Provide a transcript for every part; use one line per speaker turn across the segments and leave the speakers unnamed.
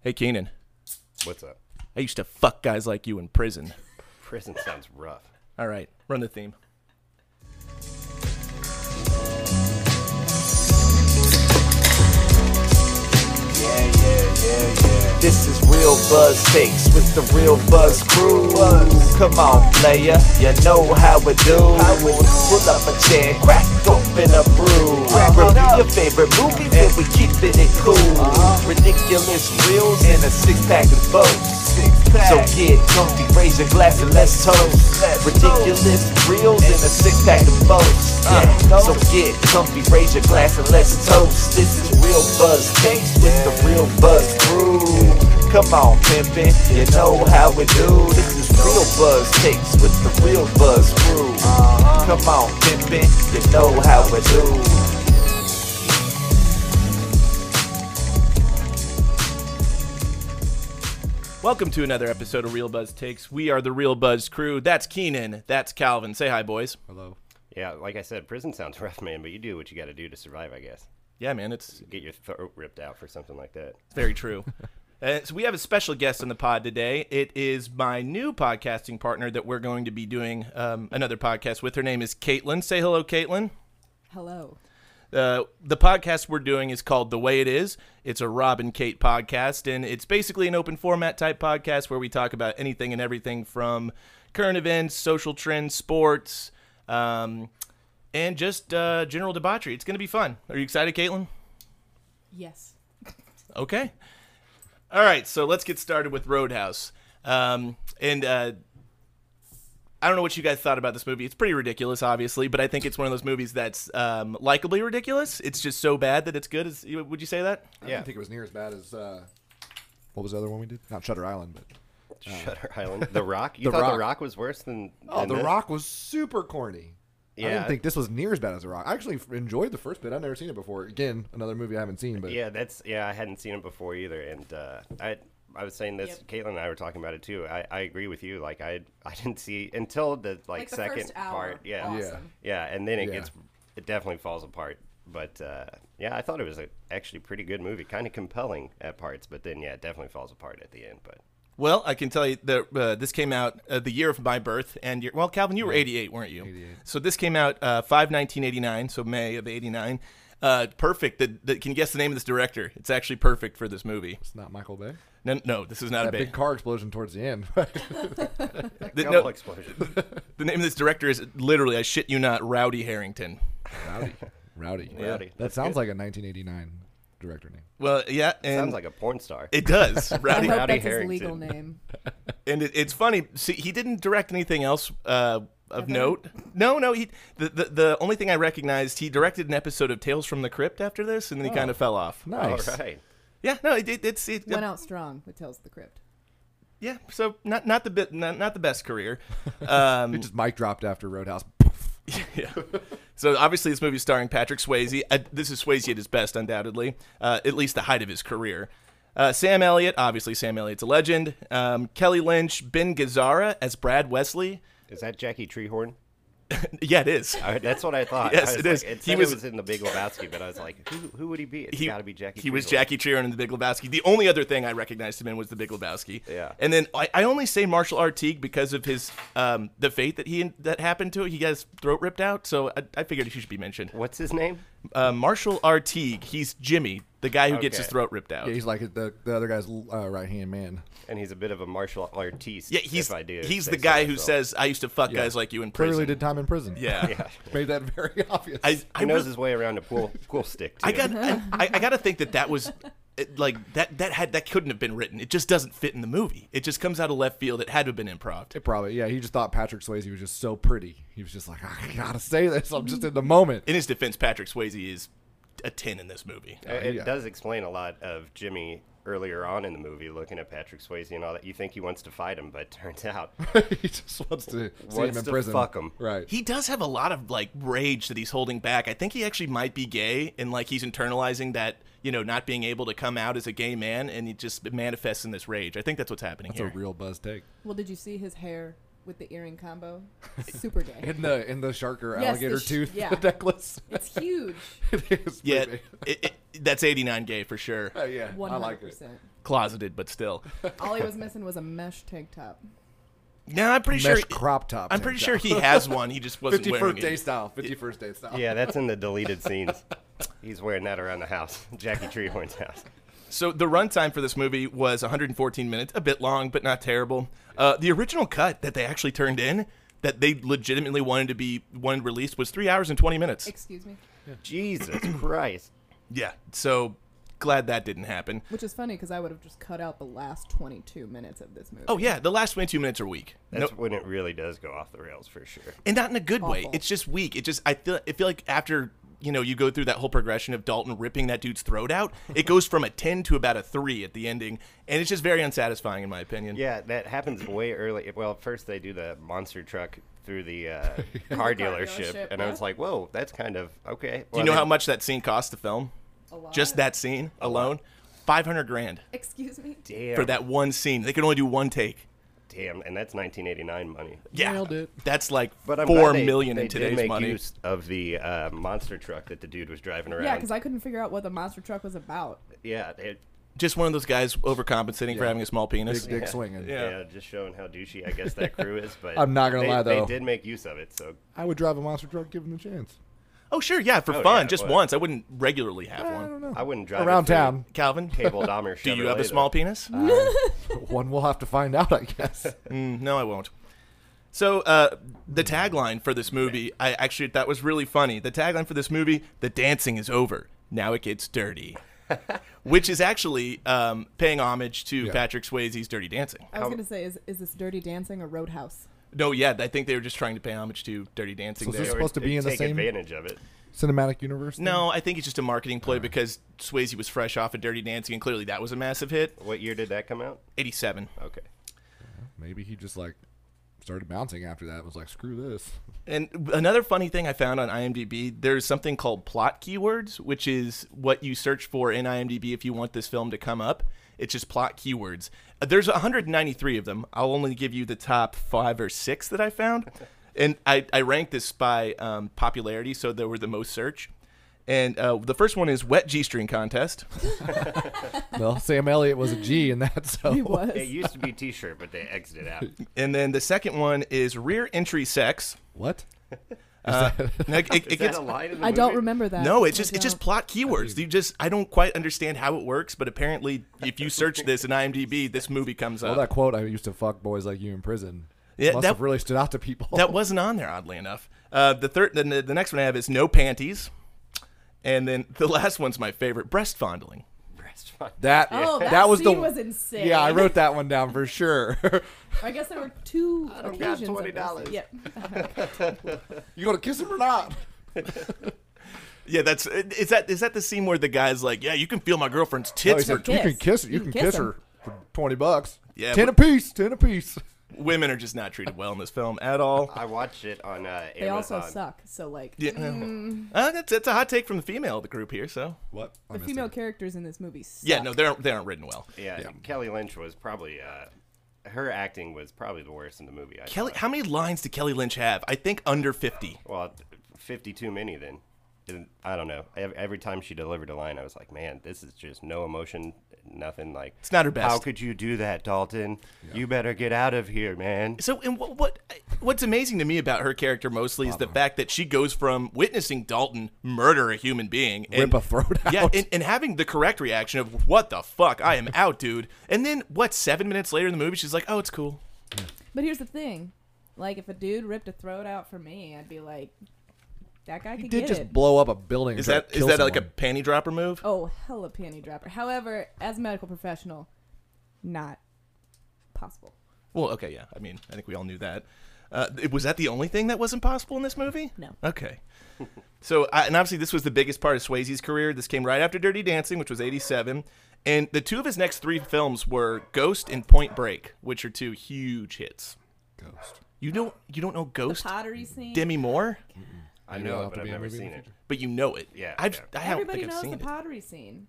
Hey, Keenan,
What's up?
I used to fuck guys like you in prison.
Prison sounds rough.
All right, run the theme.
This is real buzz takes with the real buzz crew. Come on, player, you know how we do. Pull up a chair, crack open a brew. Review your favorite movies and we keeping it cool. Ridiculous reels and a six pack of boats. So get comfy, raise your glass and let's toast. Ridiculous reels and a six pack of boats. Yeah. Uh, So get comfy, raise your glass and let's toast. This is real buzz takes with the real buzz crew. Come on, pimpin', you know how we do. This is real buzz takes with the real buzz crew. Come on, pimpin', you know how we do.
Welcome to another episode of Real Buzz Takes. We are the Real Buzz crew. That's Keenan. That's Calvin. Say hi, boys.
Yeah, like I said, prison sounds rough, man, but you do what you got to do to survive, I guess.
Yeah, man, it's
Get your throat ripped out for something like that.
very true. Uh, so we have a special guest on the pod today. It is my new podcasting partner that we're going to be doing um, another podcast with. Her name is Caitlin. Say hello, Caitlin.
Hello.
Uh, the podcast we're doing is called The Way It Is. It's a Rob and Kate podcast, and it's basically an open format type podcast where we talk about anything and everything from current events, social trends, sports, um, and just uh, general debauchery. It's going to be fun. Are you excited, Caitlin?
Yes.
Okay. All right, so let's get started with Roadhouse. Um, and uh, I don't know what you guys thought about this movie. It's pretty ridiculous, obviously, but I think it's one of those movies that's um, likably ridiculous. It's just so bad that it's good. Is, would you say that?
I
Yeah.
didn't think it was near as bad as uh, what was the other one we did? Not Shutter Island, but
Shutter Island. The Rock? You
Uh. The
thought The
Rock.
Rock was worse than.
oh,
than
The
this?
Rock was super corny. I
Yeah.
didn't think this was near as bad as The Rock. I actually f- enjoyed the first bit. I've never seen it before. Again, another movie I haven't seen, but
Yeah, that's. Yeah, I hadn't seen it before either. And uh, I. I was saying this. Caitlin and I were talking about it too. I, I agree with you. Like I, I didn't see until the like,
Like the
second
first hour.
part. Yeah,
Awesome.
yeah, and then it
Yeah.
gets, it definitely falls apart. But uh, yeah, I thought it was a actually pretty good movie, kind of compelling at parts. But then yeah, it definitely falls apart at the end. But
Well, I can tell you that uh, this came out uh, the year of my birth, and you well, Calvin, you were '88, weren't you? '88. So this came out uh, five 1989, so May of '89. Uh, perfect. That, that can you guess the name of this director? It's actually perfect for this movie.
it's not Michael Bay.
No, no, this is not
That
a bait.
big car explosion towards the end.
The,
double
no,
explosion.
the name of this director is literally, I shit you not, Rowdy Harrington.
Rowdy, rowdy,
Rowdy.
That sounds like a 1989 director name.
Well, yeah, and
Sounds like a porn star.
it does. Rowdy,
I hope
Rowdy
that's
Harrington.
his legal name.
and it, it's funny. See, he didn't direct anything else uh, of note. No, no. He the, the the only thing I recognized, he directed an episode of Tales from the Crypt after this, and then he
Oh.
kind of fell off.
Nice.
All right.
Yeah, no, it, it, it's it,
Went out strong with Tales of the Crypt.
yeah. So not not the bit not, not the best career. Um,
It just mic dropped after Roadhouse.
yeah. So obviously, this movie is starring Patrick Swayze. Uh, this is Swayze at his best, undoubtedly, uh, at least the height of his career. Uh, Sam Elliott, obviously, Sam Elliott's a legend. Um, Kelly Lynch, Ben Gazzara as Brad Wesley.
Is that Jackie Treehorn?
yeah, it is.
I, that's what I thought.
Yes,
I
it
was
is.
like-
He
It said
was-
it was in the Big Lebowski, but I was like, who, who would he be? It's got to be Jackie.
He was
Treehorn.
Jackie Treehorn in The Big Lebowski. The only other thing I recognized him in was The Big Lebowski.
Yeah.
And then I, I only say Marshall Artigue because of his um, the fate that he that happened to it. He got his throat ripped out, so I, I figured he should be mentioned.
What's his name?
Uh, Marshall Artigue. He's Jimmy, the guy who gets
Okay.
his throat ripped out.
Yeah, he's like the, the other guy's uh, right hand man.
And he's a bit of a martial artiste.
Yeah, he's
if I do
he's
say
the
so
guy who
myself.
says I used to fuck guys like you in prison.
Clearly did time in prison.
Yeah.
Yeah.
made that very obvious.
I I,
He knows
was-
his way around a pool pool stick. Too.
I got I, I I gotta think that that was it, like that that had that couldn't have been written. It just doesn't fit in the movie. It just comes out of left field. It had to have been improv.
It probably, yeah. He just thought Patrick Swayze was just so pretty. He was just like, "Ah, I gotta say this. I'm just in the moment.
In his defense, Patrick Swayze is a ten in this movie.
Uh, It
yeah.
does explain a lot of Jimmy earlier on in the movie, looking at Patrick Swayze and all that. You think he wants to fight him, but turns out
he just wants to
Wants
see him in
to
prison.
fuck him.
Right.
He does have a lot of like rage that he's holding back. I think he actually might be gay, and like he's internalizing that you know not being able to come out as a gay man, and it just manifests in this rage. I think that's what's happening
It's a
here.
real buzz take.
Well, did you see his hair with the earring combo. Super gay.
in the in the shark or
Yes, the
alligator
sh-
tooth
yeah.
necklace.
It's huge.
it is
Yeah,
pretty big.
it- it- that's 89 gay for sure.
Uh, yeah,
One
I
hundred
like it.
percent.
Closeted, but still.
All he was missing was a mesh tank top.
No, I'm pretty
Mesh
sure.
crop top.
I'm pretty sure he has one. He just wasn't
fifty
wearing
first
it.
day style. Fifty first day style.
Yeah, that's in the deleted scenes. He's wearing that around the house, Jackie Treehorn's house.
So the runtime for this movie was 114 minutes, a bit long, but not terrible. Uh, the original cut that they actually turned in, that they legitimately wanted to be wanted released, was three hours and 20 minutes.
Excuse me.
Jesus Christ.
Yeah. So glad that didn't happen.
Which is funny because I would have just cut out the last 22 minutes of this movie.
Oh yeah, the last 22 minutes are weak.
That's
No-
when it really does go off the rails for sure.
and not in a good way.
Awful.
It's just weak. It just I feel I feel like after you know you go through that whole progression of Dalton ripping that dude's throat out, it goes from a 10 to about a 3 at the ending, and it's just very unsatisfying in my opinion.
Yeah, that happens way early. Well, first they do the monster truck through the uh, car dealership,
dealership,
and I
yeah.
was like, "Whoa, that's kind of okay."
Do you know how much that scene cost to film?
A lot.
Just that scene alone, 500 grand
Excuse me.
Damn,
for that one scene. They could only do one take.
damn, and that's 1989 money.
Yeah.
Nailed it.
That's like
But I'm
four
glad they,
million
they
in today's
did make
money.
use of the uh, monster truck that the dude was driving around.
Yeah, because I couldn't figure out what the monster truck was about.
yeah, it,
Just one of those guys overcompensating for having a small penis.
Big dick swinging.
Yeah.
yeah. just showing how douchey I guess that crew is. But
I'm not gonna
they-
lie, though.
they did make use of it. So
I would drive a monster truck, give him the chance.
Oh sure, yeah, for
Oh,
fun,
yeah,
just
what?
once. I wouldn't regularly have
I don't
one.
know.
I wouldn't drive it
Around
through
town,
Calvin,
Cable Dahmer.
do you have
Chevrolet,
a small
though.
penis?
one we'll have to find out, I guess.
Mm, no, I won't. So uh, the tagline for this movie, I actually that was really funny. The tagline for this movie: "The dancing is over. Now it gets dirty," which is actually um, paying homage to Patrick Swayze's Dirty Dancing.
I was going to say, is, is this Dirty Dancing or Roadhouse?
No, yeah, I think they were just trying to pay homage to Dirty Dancing.
So is
there.
this
They were-
supposed to be
they
in the
take
same-
advantage of it.
Cinematic universe. thing?
no, I think it's just a marketing ploy because Swayze was fresh off of Dirty Dancing, and clearly that was a massive hit.
What year did that come out?
Eighty-seven.
Okay.
Maybe he just like started bouncing after that. and Was like, screw this.
And another funny thing I found on IMDb, there's something called plot keywords, which is what you search for in IMDb if you want this film to come up. It's just plot keywords. Uh, There's 193 of them. I'll only give you the top five or six that I found. And I, I ranked this by um, popularity, so they were the most search. And uh, the first one is Wet G String Contest.
well, Sam Elliott was a G in that, so
He was.
It used to be T-shirt, but they exited out.
And then the second one is Rear Entry Sex.
what?
Like, it-
Is
it gets-
that a line in the
I don't
movie?
remember that.
No, it's
I
just it's just
don't.
plot keywords. You just I don't quite understand how it works, but apparently if you search this in IMDb, this movie comes
Well,
up.
that quote, "I used to fuck boys like you in prison,"
Yeah,
must
that-
have really stood out to people.
that wasn't on there, oddly enough. Uh, the third, then the, the next one I have is no panties, and then the last one's my favorite, breast fondling.
That,
Oh, that,
that was
scene
the
was insane.
Yeah, I wrote that one down for sure.
I guess there were two
don't got
occasions. of this.
$20.
Yep.
you gonna kiss him or not?
Yeah, that's is that is that the scene where the guy's like, yeah, you can feel my girlfriend's
No, he
tits. for
said, you can
kiss.
kiss her. You, can, kiss,
him."
her for twenty bucks.
Yeah,
ten
but-
apiece. Ten apiece.
women are just not treated well in this film at all.
I watched it on uh,
They also
Amazon.
suck. So, like,
Yeah, no.
Mm.
Uh, that's that's a hot take from the female of the group here. So
What? I
the
missed
female
it.
characters in this movie suck.
yeah, no, they aren't they aren't written well.
Yeah, Kelly Lynch was probably uh, her acting was probably the worst in the movie. I
Kelly,
thought.
how many lines did Kelly Lynch have? I think under 50.
Well, fifty too many then. And I don't know. Ev- Every time she delivered a line, I was like, "Man, this is just no emotion, nothing." Like
It's not her best.
How could you do that, Dalton? You better get out of here, man.
So, and what, what what's amazing to me about her character mostly is the fact that she goes from witnessing Dalton murder a human being, and,
Rip a throat out.
yeah, and, and having the correct reaction of "What the fuck? I am out, dude." And then what? Seven minutes later in the movie, she's like, "Oh, it's cool."
But here's the thing. Like, if a dude ripped a throat out for me, I'd be like, that guy
He
could
did
get
just
it.
blow up a building.
Is that is that like a panty dropper move?
oh, hella panty dropper. However, as a medical professional, not possible.
Well, okay, yeah. I mean, I think we all knew that. Uh, it- was that the only thing that wasn't possible in this movie?
No.
Okay. so, I, and obviously, this was the biggest part of Swayze's career. This came right after Dirty Dancing, which was '87, and the two of his next three films were Ghost and Point Break, which are two huge hits.
ghost?
You don't you don't know
The
Ghost?
pottery scene.
Demi Moore,
I
it'll
know,
have
it, but
to
I've
be a
never
movie in
seen
the
it.
future.
but you know it.
Yeah,
I've,
yeah.
I don't
Everybody
think I've
knows
seen
the
it.
pottery scene.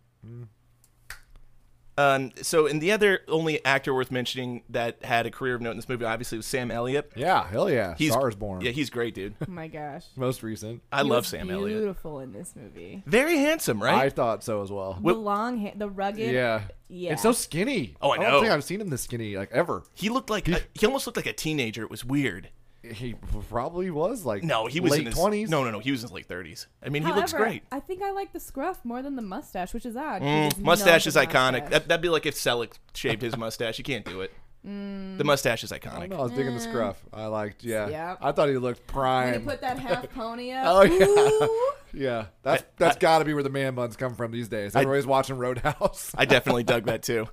Um, so, and the other only actor worth mentioning that had a career of note in this movie, obviously, was Sam Elliott.
Yeah, hell yeah.
He's
Stars Born.
Yeah, he's great, dude.
Oh my gosh.
Most recent.
I
He
love
was
Sam Elliott.
Beautiful in this movie.
Very handsome,
I
right?
thought so as well.
Wh-
the long, ha- the rugged.
yeah.
yeah.
And so skinny.
Oh, I
I
know.
don't think I've seen him this skinny like ever.
he looked like a, he almost looked like a teenager. It was weird.
He probably was like
No, he was
late
in his
20s.
No, no, no. He was in his late thirties. I mean, he
However,
looks great. Mm,
I think I like the scruff more than the mustache, which is odd. 'cause he's known
Mustache
for
is iconic.
mustache.
That, that'd be like if Selleck shaved his mustache. You can't do it.
Mm.
The mustache is iconic.
No, I was digging the scruff. I liked, yeah.
Yeah.
I thought he looked
When he
prime.
put that half pony up.
Oh, yeah.
Ooh.
yeah, that's
I-
that's
I-
got to be where the man buns come from these days. Everybody's watching Roadhouse.
I definitely dug that too.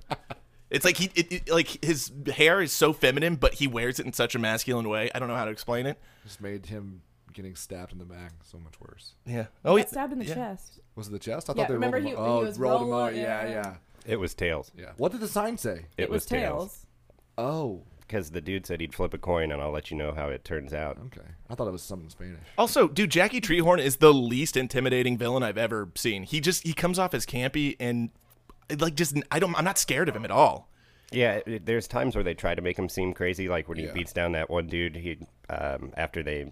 It's like he, it, it- like his hair is so feminine, but he wears it in such a masculine way. I don't know how to explain it.
Just made him getting stabbed in the back so much worse.
Yeah. Oh, yeah.
Got stabbed in the
yeah.
chest.
Was it the chest? I
Yeah,
thought they
remember
rolled him.
he-
up. oh,
he was
rolled him
rolled-
up. Yeah,
yeah.
yeah,
It was tails.
yeah. What did the sign say?
It, was, tails.
tails.
Oh,
Because the dude said he'd flip a coin, and I'll let you know how it turns out.
okay. I thought it was something Spanish.
Also, dude, Jackie Treehorn is the least intimidating villain I've ever seen. He just he comes off as campy and like just I don't I'm not scared of him at all.
Yeah, it- it- there's times where they try to make him seem crazy, like when he
Yeah.
beats down that one dude. He um, after they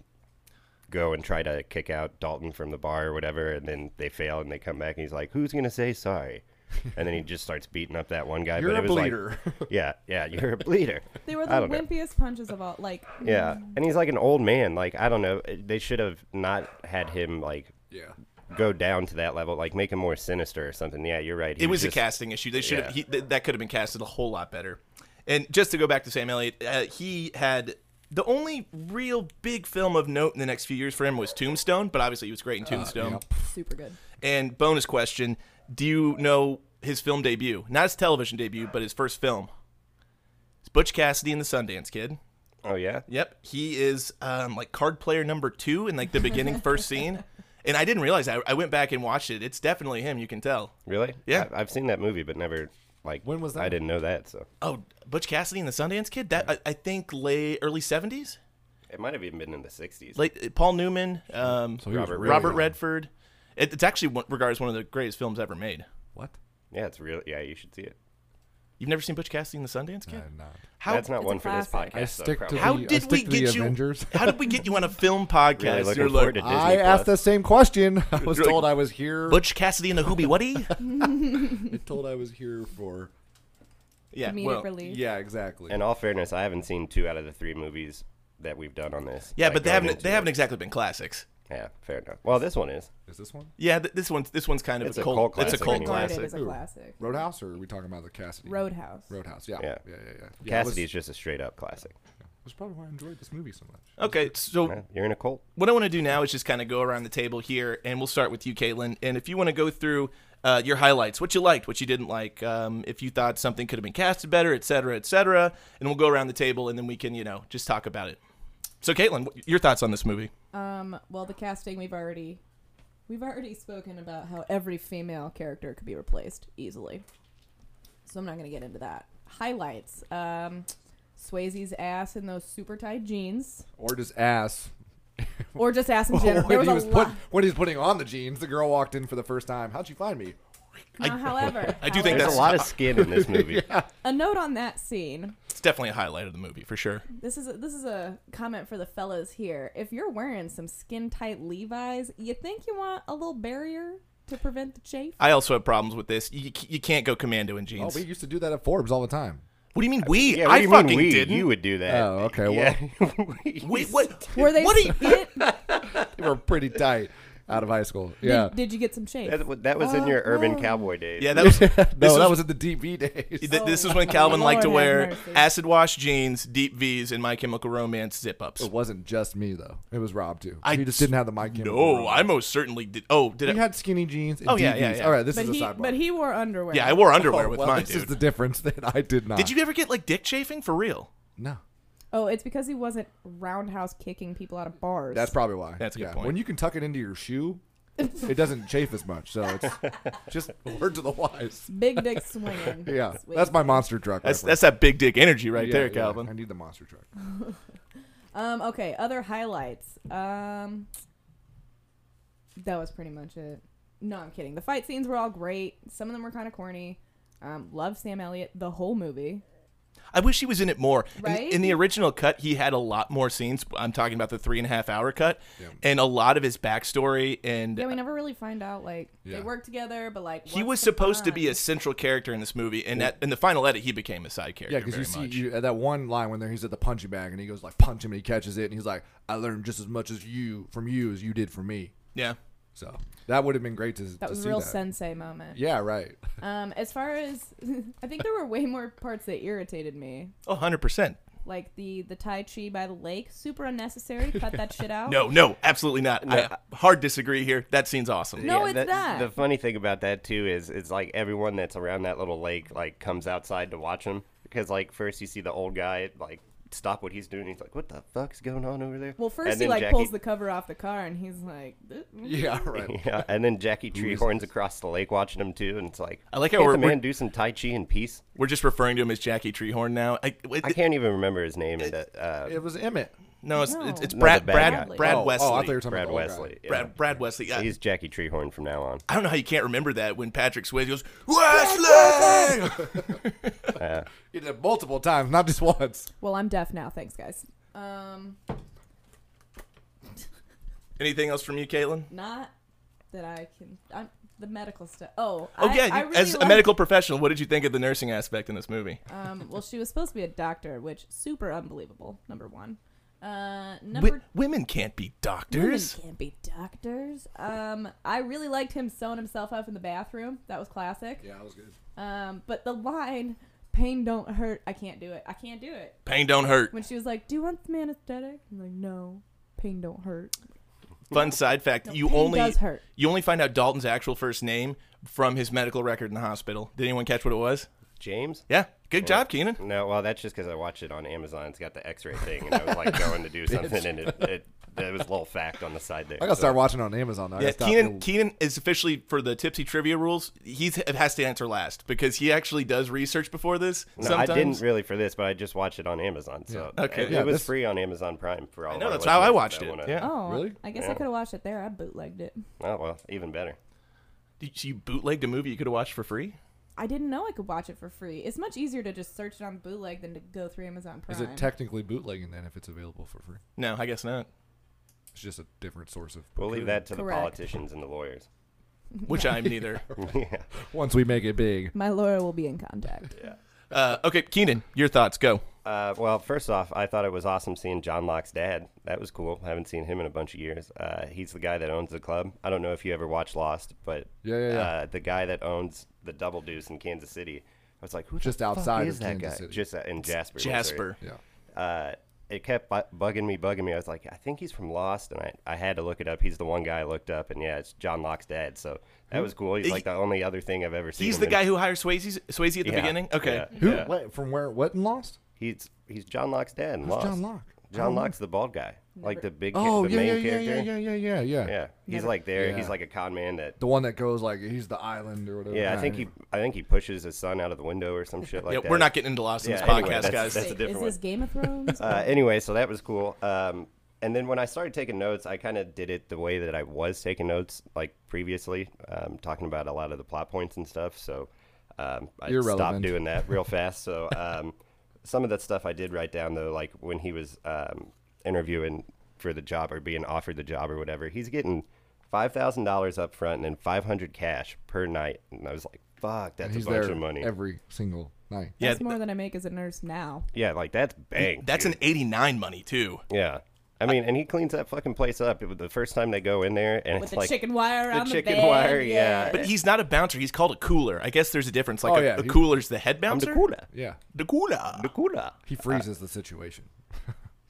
go and try to kick out Dalton from the bar or whatever, and then they fail and they come back and he's like, "Who's gonna say sorry?" And then he just starts beating up that one guy.
You're
but
a
it was like-
bleeder.
yeah, yeah, you're a bleeder.
They were the
I don't know.
wimpiest punches of all. Like,
Yeah, and he's like an old man. Like I don't know, eh, they should have not had him like
yeah.
go down to that level, like make him more sinister or something. Yeah, you're right. He
it was
just-
a casting issue. They should have he,
Yeah.
th- that could have been casted a whole lot better. And just to go back to Sam Elliott, uh, he had the only real big film of note in the next few years for him was Tombstone, but obviously he was
Uh,
great in Tombstone.
super good.
And bonus question: Do you know his film debut? Not his television debut, but his first film. It's Butch Cassidy and the Sundance Kid.
Oh yeah.
Yep, he is um, like card player number two in like the beginning first scene. And I didn't realize. I, I went back and watched it. It's definitely him. You can tell.
Really?
Yeah.
I, I've seen that movie, but never like.
When was
I
that?
didn't know that, so
Oh, Butch Cassidy and the Sundance Kid. That I, I think late early seventies.
it might have even been in the '60s.
Late Paul Newman, um,
So he was
Robert-
really
Robert
young.
Redford. It, it's actually one, regarded as one of the greatest films ever made.
What?
yeah, it's real. Yeah, you should see it.
You've never seen Butch Cassidy and the Sundance Kid?
I did not.
How
That's uh, not
It's a
one for this
classic.
podcast.
I
though,
stick to
probably.
How
The- I
did we
stick to the
get you?
Avengers.
How did we get you on a film podcast?
Really looking
You're
forward
like
to Disney
I asked the
Plus.
same question. I was
You're like,
told I was here.
Butch Cassidy and the Hoobie Wuddy.
told I was here for.
yeah,
Comedic
well,
relief.
Yeah, exactly.
In all fairness, I haven't seen two out of the three movies that we've done on this.
yeah,
Like,
but they
going
haven't
into
they
it.
haven't exactly been classics.
Yeah, fair enough. Well, this one is.
Is this one
Yeah, th- this one's this one's kind of
It's
a
a
cult.
cult
it's a
classic
cult
anyway.
Guarded
classic.
is a classic.
Roadhouse, or are we talking about the Cassidy?
Roadhouse.
Roadhouse. Yeah.
Yeah.
Yeah. Yeah. yeah. yeah
Cassidy's
That's
just a straight up classic.
that's probably why I enjoyed this movie so much.
Okay, so
Yeah, you're in a cult.
what I want to do now is just kind of go around the table here, and we'll start with you, Caitlin. And if you want to go through uh, your highlights, what you liked, what you didn't like, um, if you thought something could have been casted better, et cetera, et cetera, and we'll go around the table, and then we can, you know, just talk about it. So, Caitlin, what- your thoughts on this movie?
Um, well, the casting we've already we've already spoken about how every female character could be replaced easily. So I'm not going to get into that. Highlights. Um, Swayze's ass in those super tight jeans,
Or just ass.
or just ass
Oh,
in general. There
when,
was
he
a
was
lot.
put, when he was putting on the jeans, the girl walked in for the first time. How'd you find me?
Now, Uh, however,
I do think
There's
however,
that's-
a lot of skin in this movie.
a note on that scene.
It's definitely a highlight of the movie for sure.
This is a, this is a comment for the fellas here. If you're wearing some skin tight Levi's, you think you want a little barrier to prevent the chafe?
I also have problems with this. You, you can't go commando in jeans.
Oh, we used to do that at Forbes all the time.
what do you mean we?
Yeah, what
I
do you
fucking
mean we?
didn't.
You would do that.
Oh, okay, well-
Yeah. We-
Wait, what?
Were they
What are you?
fit?
They were pretty tight out of high school. Yeah.
Did, did you get some shape?
that, that was in your urban cowboy days.
Uh, Yeah, that was.
no,
this
that
was-
was at the DV days.
Th- this is
Oh,
when Calvin
Lord
liked to
have
wear
mercy.
acid wash jeans, deep V's, and My Chemical Romance zip ups.
It wasn't just me though. It was Rob too.
I
he just didn't have the mic. in.
No, I most certainly did. Oh, did
He
I?
had skinny jeans. And
Oh, yeah,
DVs.
yeah, yeah.
All right, this
but
is a
he
sidebar.
but he wore underwear.
Yeah, I wore underwear
Oh,
with
well,
mine,
this
dude.
is the difference that I did not.
Did you ever get like dick chafing for real?
No.
Oh, it's because he wasn't roundhouse kicking people out of bars.
That's probably why.
That's a good
Yeah.
point.
When you can tuck it into your shoe, it doesn't chafe as much. So it's just word to the wise.
big dick swinging.
Yeah,
Swing.
that's my monster truck.
That's that's that
reference.
big dick energy right
Yeah,
there,
yeah,
Calvin.
I need the monster truck.
Um. Okay. Other highlights. Um. That was pretty much it. No, I'm kidding. The fight scenes were all great. Some of them were kind of corny. Um, love Sam Elliott the whole movie.
I wish he was in it more. In-
Right?
In, the original cut, he had a lot more scenes. I'm talking about the three and a half hour cut, and a lot of his backstory. And
Yeah, we never really find out like
Yeah.
they work together, but like
he
what's
was
the
supposed to be
bond?
a central character in this movie, and at, in the final edit, he became a side character.
Yeah, because
very
you see
much.
you, at that one line when there he's at the punching bag and he goes like punch him and he catches it and he's like, I learned just as much as you from you as you did from me.
yeah.
So that would have been great to
that
to
was
see
a real
that.
sensei moment.
Yeah, right.
Um, as far as I think there were way more parts that irritated me,
Oh, 100%.
like the the tai chi by the lake, super unnecessary. Cut that shit out.
No, no, absolutely not. I hard disagree here. That scene's awesome.
No,
Yeah,
it's
that-
not.
The funny thing about that too is it's like everyone that's around that little lake like comes outside to watch him because like first you see the old guy like stop what he's doing. He's like, "What the fuck's going on over there?"
Well, first
And
he
then
like
Jackie-
pulls the cover off the car, and he's like, "Th-
Yeah, right.
yeah, and then Jackie
is
Treehorn's across the lake watching him too, and it's like
I like how
can't
we're-
the
we're-
man do some tai chi in peace.
We're just referring to him as Jackie Treehorn now. I, it-
I can't even remember his name. In that, uh,
It was Emmett.
no, it's, it's, it's
No,
Brad,
the bad
Brad,
guy.
Brad
oh,
Wesley.
Oh, I thought you were talking
Brad
about the old guy.
Wesley. yeah.
Brad, Brad Wesley. Yeah.
He's Jackie Treehorn from now on.
I don't know how you can't remember that when Patrick Swayze goes, Wesley!
He did it multiple times, not just once.
"Well, I'm deaf now. Thanks, guys." Um,
Anything else from you, Caitlin?
not that I can. I'm the medical stuff. Oh,
Oh,
I,
yeah.
I
you-
really
as a
liked-
medical professional, what did you think of the nursing aspect in this movie?
Um, well, she was supposed to be a doctor, which super unbelievable. Number one. Uh, number
Wi- women can't be
Women
doctors.
can't be doctors. Um, I really liked him sewing himself up in the bathroom. That was classic.
Yeah, that was good.
Um, but the line, "Pain don't hurt. I can't do it. I can't do it."
Pain don't hurt.
When she was like, "Do you want some anesthetic?" I'm like, "No, pain don't hurt."
Fun side fact:
No,
you
pain
only
does hurt.
you only find out Dalton's actual first name from his medical record in the hospital. Did anyone catch what it was?
James.
Yeah. Good job, Keenan.
No, well, that's just because I watched it on Amazon. It's got the X-ray thing, and I was like going to do something, and it, it there was a little fact on the side there.
I gotta
so-
start watching on Amazon. Though. I
Yeah,
gotta stop
Keenan.
the-
Keenan is officially for the tipsy trivia rules. He's has to answer last because he actually does research before this.
No,
sometimes.
I didn't really for this, but I just watched it on Amazon. So
Yeah. Okay.
it,
Yeah,
it was
this-
free on Amazon Prime for all.
I know,
of our
that's how I
listeners
watched
that
it,
wanna-
yeah.
Oh,
Really?
I guess I
Yeah.
could have watched it there. I bootlegged it.
Oh well, even better.
Did you bootlegged a movie you could have watched for free?
I didn't know I could watch it for free. It's much easier to just search it on bootleg than to go through Amazon Prime.
Is it technically bootlegging then if it's available for free?
No, I guess not.
It's just a different source of.
We'll leave that to the
Correct.
politicians and the lawyers.
Which I'm neither.
yeah.
Once we make it big,
My lawyer will be in contact.
Uh, okay, Keenan, your thoughts. Go.
Uh, well, first off, I thought it was awesome seeing John Locke's dad. That was cool. I haven't seen him in a bunch of years. Uh, he's the guy that owns the club. I don't know if you ever watched Lost, but
Yeah, yeah, yeah.
Uh, the guy that owns the Double Deuce in Kansas City. I was like, who the
Just
fuck
outside
is
of
that
Kansas
guy?
City.
Just uh, in Jasper. Missouri.
Jasper.
yeah.
Uh, it kept bu- bugging me, bugging me. I was like, I think he's from Lost, and I, I had to look it up. He's the one guy I looked up, and yeah, it's John Locke's dad. So that was cool. He's like the only other thing I've ever seen.
Hmm. He's
him
the
in.
guy who hires Swayze, Swayze at the
Yeah,
beginning. Okay.
yeah,
Who?
yeah.
What, from where? What and lost?
He's he's John Locke's dad. in
Who's
Lost.
John Locke? I
John
don't know.
Locke's the bald guy, like the big, ca-
Oh
the
yeah, yeah,
main
yeah,
character.
yeah, yeah, yeah, yeah, yeah.
Yeah, he's
Never-
like there.
Yeah.
He's like a con man that.
The one that goes like he's the island or whatever.
Yeah, I think he, I think he pushes his son out of the window or some shit like
Yeah,
that.
we're not getting into Lost in this
Yeah, anyway,
podcast,
that's-
guys.
that's a
Is
different
this
one.
Game of Thrones?
Uh, anyway, so that was cool. Um, and then when I started taking notes, I kind of did it the way that I was taking notes, like previously, um, talking about a lot of the plot points and stuff. So um, I
You're
stopped
relevant.
doing that real fast. So um, some of that stuff I did write down, though, like when he was um, interviewing for the job or being offered the job or whatever, he's getting five thousand dollars up front and then five hundred cash per night. And I was like, "Fuck, that's a
he's
bunch
there
of money."
every single night.
yeah,
That's more than I make as a nurse now.
yeah, like that's bank.
That's
dude.
an 89 money, too.
Yeah. I mean, and he cleans that fucking place up It- the first time they go in there, and
With
it's
the
like
chicken wire
the
around the
chicken
bed,
wire, yeah.
But he's not a bouncer. He's called a cooler. I guess there's a difference. Like
Oh,
a,
yeah,
a
he-
cooler's the head
I'm
bouncer.
the cooler,
Yeah,
The cooler.
the cooler.
he freezes the situation.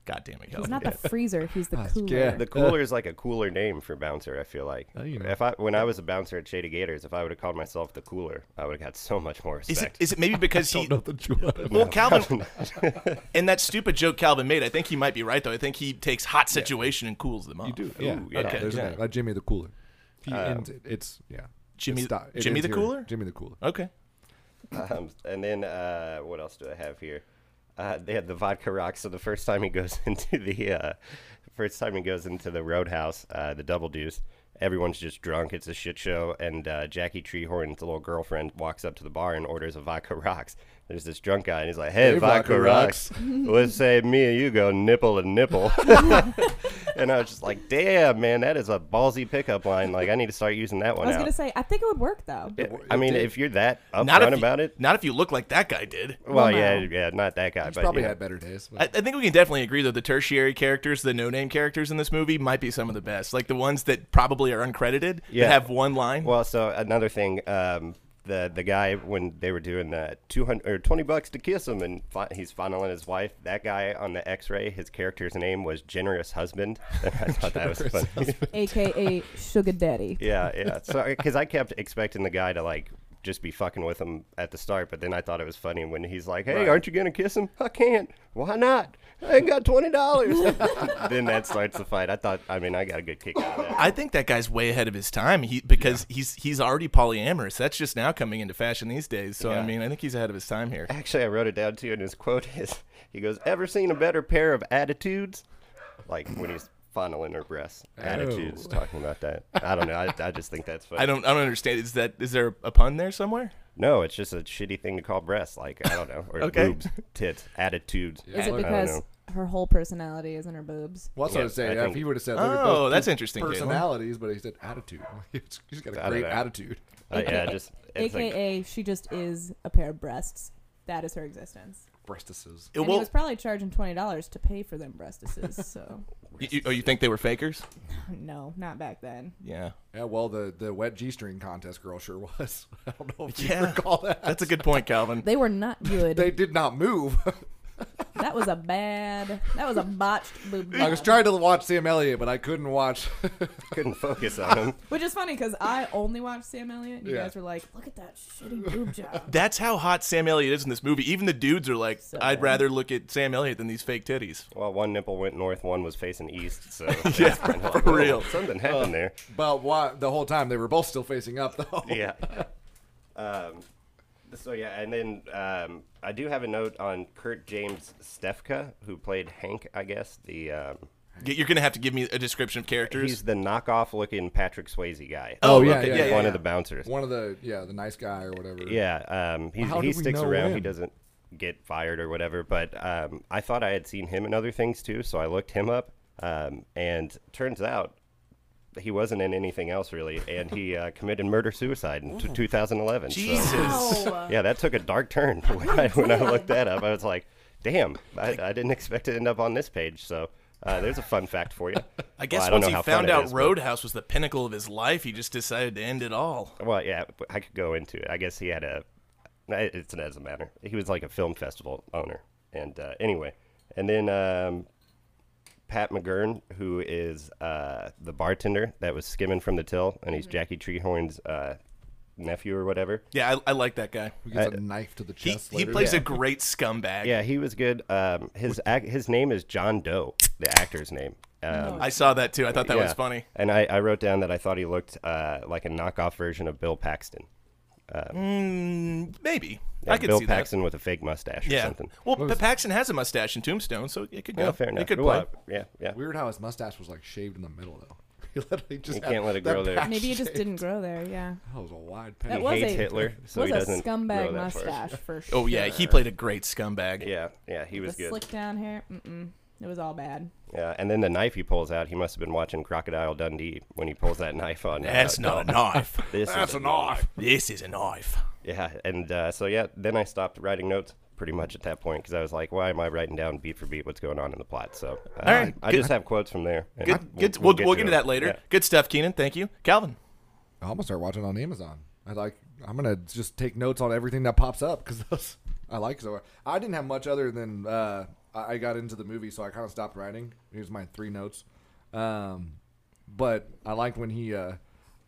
God damn it,
He's
Kelly.
not the freezer. He's
Ah,
the cooler.
scared.
The cooler is like a cooler name for bouncer. I feel like
Oh,
you know.
if I when I was a bouncer at Shady Gators, if I would have called myself the cooler, I would have got so much more
Is it,
respect.
is it maybe because he. Well,
Well,
Calvin. and that stupid joke Calvin made, I think he might be right, though. I think he takes hot situation and cools them off. You do.
yeah,
yeah.
okay, there's
yeah.
a name. Like Jimmy the Cooler. He ends it. It's yeah.
Jimmy-
It's di- it
Jimmy the
ends here.
Cooler?
Jimmy the Cooler.
Okay.
um, and then uh, what else do I have here? Uh, they had the vodka rock. So the first time he goes into the uh, first time he goes into the roadhouse, uh, the double deuce, Everyone's just drunk. It's a shit show. And uh, Jackie Treehorn's little girlfriend walks up to the bar and orders a vodka rocks. There's this drunk guy, and he's like, "Hey,
Hey,
vodka,
vodka
rocks. Let's say me and you go nipple and nipple." and I was just like, "Damn, man, that is a ballsy pickup line. Like, I need to start using that
I
one
was
out."
gonna say, I think it would work though.
Yeah, I mean, if you're that
Not
upfront
if you,
about it,
Not if you look like that guy did.
well,
no.
yeah, yeah, not that guy,
He's
but
probably
you know.
had better days.
I, I think we can definitely agree though the tertiary characters, the no-name characters in this movie, might be some of the best. Like the ones that probably are uncredited,
Yeah.
that have one line.
Well, so another thing, um, the the guy when they were doing the two hundred or twenty bucks to kiss him, and fi- he's fondling his wife. That guy on the X ray, his character's name was Generous Husband. I thought that was funny.
AKA Sugar Daddy.
yeah, yeah. So because I kept expecting the guy to like just be fucking with him at the start, but then I thought it was funny when he's like, "Hey, aren't you gonna kiss him? I can't. Why not? I ain't got twenty dollars." then that starts the fight. I thought. I mean, I got a good kick out of that.
I think that guy's way ahead of his time. He because he's he's already polyamorous. That's just now coming into fashion these days. So I
Yeah.
mean, I think he's ahead of his time here.
Actually, I wrote it down too, and his quote is, "He goes, ever seen a better pair of attitudes?" Like when he's fondling her breasts, attitudes. Talking about that, I don't know. I, I just think that's funny.
Oh. I don't I don't understand. Is that is there a pun there somewhere?
No, it's just a shitty thing to call breasts. Like I don't know, or
Okay.
boobs, tits, attitudes.
Is it
I don't
because
know.
her whole personality is in her boobs?
Well, that's what I was
Yeah, I
saying. Yeah,
think-
if he would have said,
Oh,
"Look at both
that's
these
interesting, Caitlin.
Personalities, but he said attitude. He's got
I
a
don't
great
know.
attitude.
Uh, yeah, just it's like-
AKA she just is a pair of breasts. That is her existence.
Breastises.
It
And he
will-
was probably charging twenty dollars to pay for them breastises, so
you, you- oh, you think they were fakers?
no, not back then.
Yeah,
Yeah, well, the the wet g string contest girl sure was. I don't know if you
Yeah.
recall that.
that's a good point, Calvin.
They were not
They
good.
did not move.
that was a bad that was a botched boob
I was
job.
trying to watch Sam Elliott, but I couldn't watch.
couldn't focus on him.
Which is funny because I only watched Sam Elliott and you
Yeah.
guys were like, Look at that shitty boob job.
That's how hot Sam Elliott is in this movie. Even the dudes are like,
So
I'd
bad.
rather look at Sam Elliott than these fake titties.
Well, one nipple went north, one was facing east. So
Yeah,
that's kind of like,
for
"Whoa,
real."
something happened there.
but why, the whole time they were both still facing up, though.
yeah. Um, so yeah, and then um, I do have a note on Kurt James Stefka, who played Hank. I guess the um,
Y- You're gonna have to give me a description of
he's
characters.
the knockoff-looking Patrick Swayze guy.
Oh,
yeah,
okay.
yeah,
He's
yeah,
one
yeah.
of the bouncers.
One of the yeah, the nice guy or whatever.
Yeah, um, he's,
How
he
do we
sticks
know
around. He
him?
doesn't get fired or whatever. But um, I thought I had seen him in other things too, so I looked him up, um, and turns out he wasn't in anything else really, and he uh, committed murder suicide in t-
Oh.
2011. so-
Jesus.
Oh,
Yeah, that took a dark turn when I, when I looked that up. I was like, damn, I, I didn't expect to end up on this page. So uh, there's a fun fact for you.
I guess
Well, don't
once
know
he
how fun
found
it
out
is, but-
Roadhouse was the pinnacle of his life, he just decided to end it all.
Well, yeah, but I could go into it. I guess he had a. no, It it doesn't matter. He was like a film festival owner. And uh, anyway, and then um, Pat McGurn, who is uh, the bartender that was skimming from the till, and he's Jackie Treehorn's uh, nephew or whatever.
Yeah, I, I like that guy.
Who gets a knife to the
He,
chest
he
later.
plays a great scumbag.
Yeah, he was good. Um, his ac- his name is John Doe, the actor's name. Um,
I saw that too. Oh. I thought that was
Yeah.
funny.
And I, I wrote down that I thought he looked uh, like a knockoff version of Bill Paxton.
Mm, maybe I
Like
could
Bill
see
Paxton with a fake mustache
that. Yeah.
or something.
Well, Pa- Paxton has a mustache in Tombstone, so it could go.
Yeah, fair enough.
It could play.
Well, yeah, yeah.
Weird how his mustache was like shaved in the middle though. He literally just
You
had
can't let it
that
grow there.
patch
Maybe you just
shaved.
didn't grow there, yeah.
That was a wide
That
patch.
was
hates
a-
Hitler, so
was
he
a
doesn't
scumbag
grow that far.
mustache for sure.
Oh yeah, he played a great scumbag.
Yeah, yeah, he was
the
good.
slick down hair. Mm-mm. It was all bad.
Yeah, and then the knife he pulls out, he must have been watching Crocodile Dundee when he pulls that knife on. uh,
That's not a knife.
This is
That's a knife.
This is a knife.
Yeah, and uh, so yeah, then I stopped writing notes pretty much at that point because I was like, why am I writing down beat for beat what's going on in the plot? So uh,
All right,
I
good-
just have quotes from there. and
Good, good. We'll, we'll, get to
it.
that later.
Yeah.
Good stuff, Keenan. Thank you, Calvin.
I'm gonna start watching on Amazon. I like. I'm gonna just take notes on everything that pops up because those I like. So I didn't have much other than uh, I I got into the movie, so I kind of stopped writing. Here's my three notes. Um, but I liked when he uh,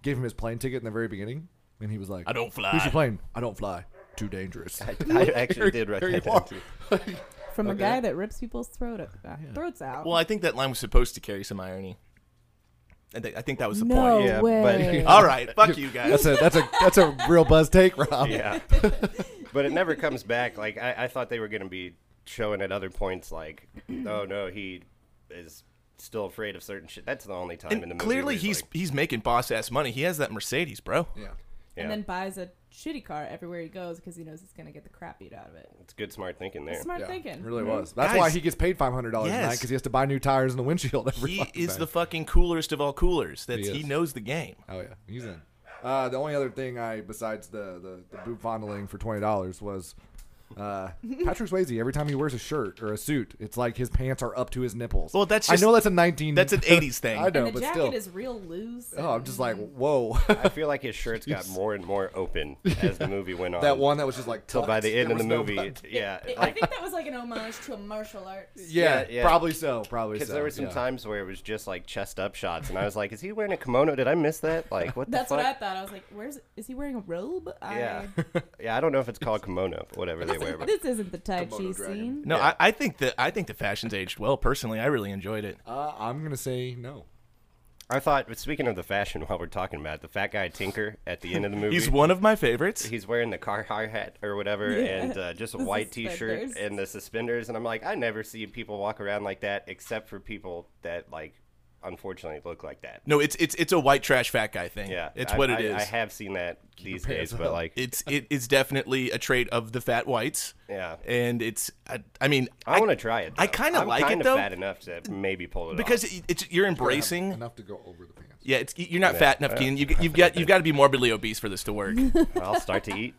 gave him his plane ticket in the very beginning, and he was like,
I don't fly.
Who's your plane? I don't fly. Too dangerous."
I actually did write
Here you
that down
are.
too.
From a guy that rips people's throat uh, throats out.
Well, I think that line was supposed to carry some irony. I, thi- I think that was the
no
point.
Yeah, but-
way.
All right, fuck you guys.
That's a that's a that's a real buzz take, Rob.
Yeah. but it never comes back. Like I, I thought they were gonna be showing at other points like, oh no, he is still afraid of certain shit. That's the only time in the
And
movie.
clearly
where
he's
like,
he's making boss ass money. He has that Mercedes, bro.
Yeah.
yeah,
And then buys a shitty car everywhere he goes because he knows he's going to get the crap beat out of it.
it's good smart thinking there.
That's smart
yeah.
thinking.
It really was. That's
Mm-hmm. Guys.
why he gets paid five hundred dollars a night
Yes.
because he has to buy new tires and a windshield every.
He
fucking
is
thing.
the fucking coolest of all coolers. That's
He
he,
is.
knows the game.
Oh yeah, he's in. Uh, the only other thing I, besides the the, the boob fondling for twenty dollars, was uh, Patrick Swayze. Every time he wears a shirt or a suit, it's like his pants are up to his nipples.
Well, that's just-
I know that's a nineteen.
that's an 80s thing.
I
and
know,
the
but
jacket
still.
is real loose.
oh, I'm just like whoa.
I feel like his shirts got more and more open as the movie went on.
that one that was just like
Till by the
tucked.
end
There
of the
was no
movie,
button.
it- yeah,
I- I
like
think that was like an homage to a martial arts.
Yeah,
Yeah, yeah.
probably so. Probably
because
so.
there were some
yeah.
times where it was just like chest up shots, and I was like, "Is he wearing a kimono? Did I miss that? Like, what the
That's
fuck?"
what I thought. I was like, "Where's is he wearing a robe?" I,
yeah, yeah. I don't know if it's called kimono, whatever they wear, but
this isn't the Tai Chi
Komodo dragon.
scene.
No, I, I think that I think the fashion's aged well. Personally, I really enjoyed it.
Uh, I'm gonna say no.
I thought, but speaking of the fashion, while we're talking about it, the fat guy Tinker at the end of the movie,
He's one of my favorites.
he's wearing the car hat or whatever, and uh, just a
the
white T-shirt
suspenders.
and the suspenders, and I'm like, I never see people walk around like that, except for people that like, unfortunately, look like that.
No, it's it's it's a white trash fat guy thing.
Yeah,
it's
I-
what
I-
it is.
I have seen that these days,
pants
but
up.
like,
It's it is definitely a trait of the fat whites.
Yeah.
and it's I, I mean
I, want to try it.
I
though.
kinda
I'm
like it,
kinda
though.
Fat enough to maybe pull it
because
off.
it, it's you're embracing.
enough to go over the pants.
Yeah, it's you're not fat enough, Keenan. You, you've got you've got to be morbidly obese for this to work.
I'll start to eat.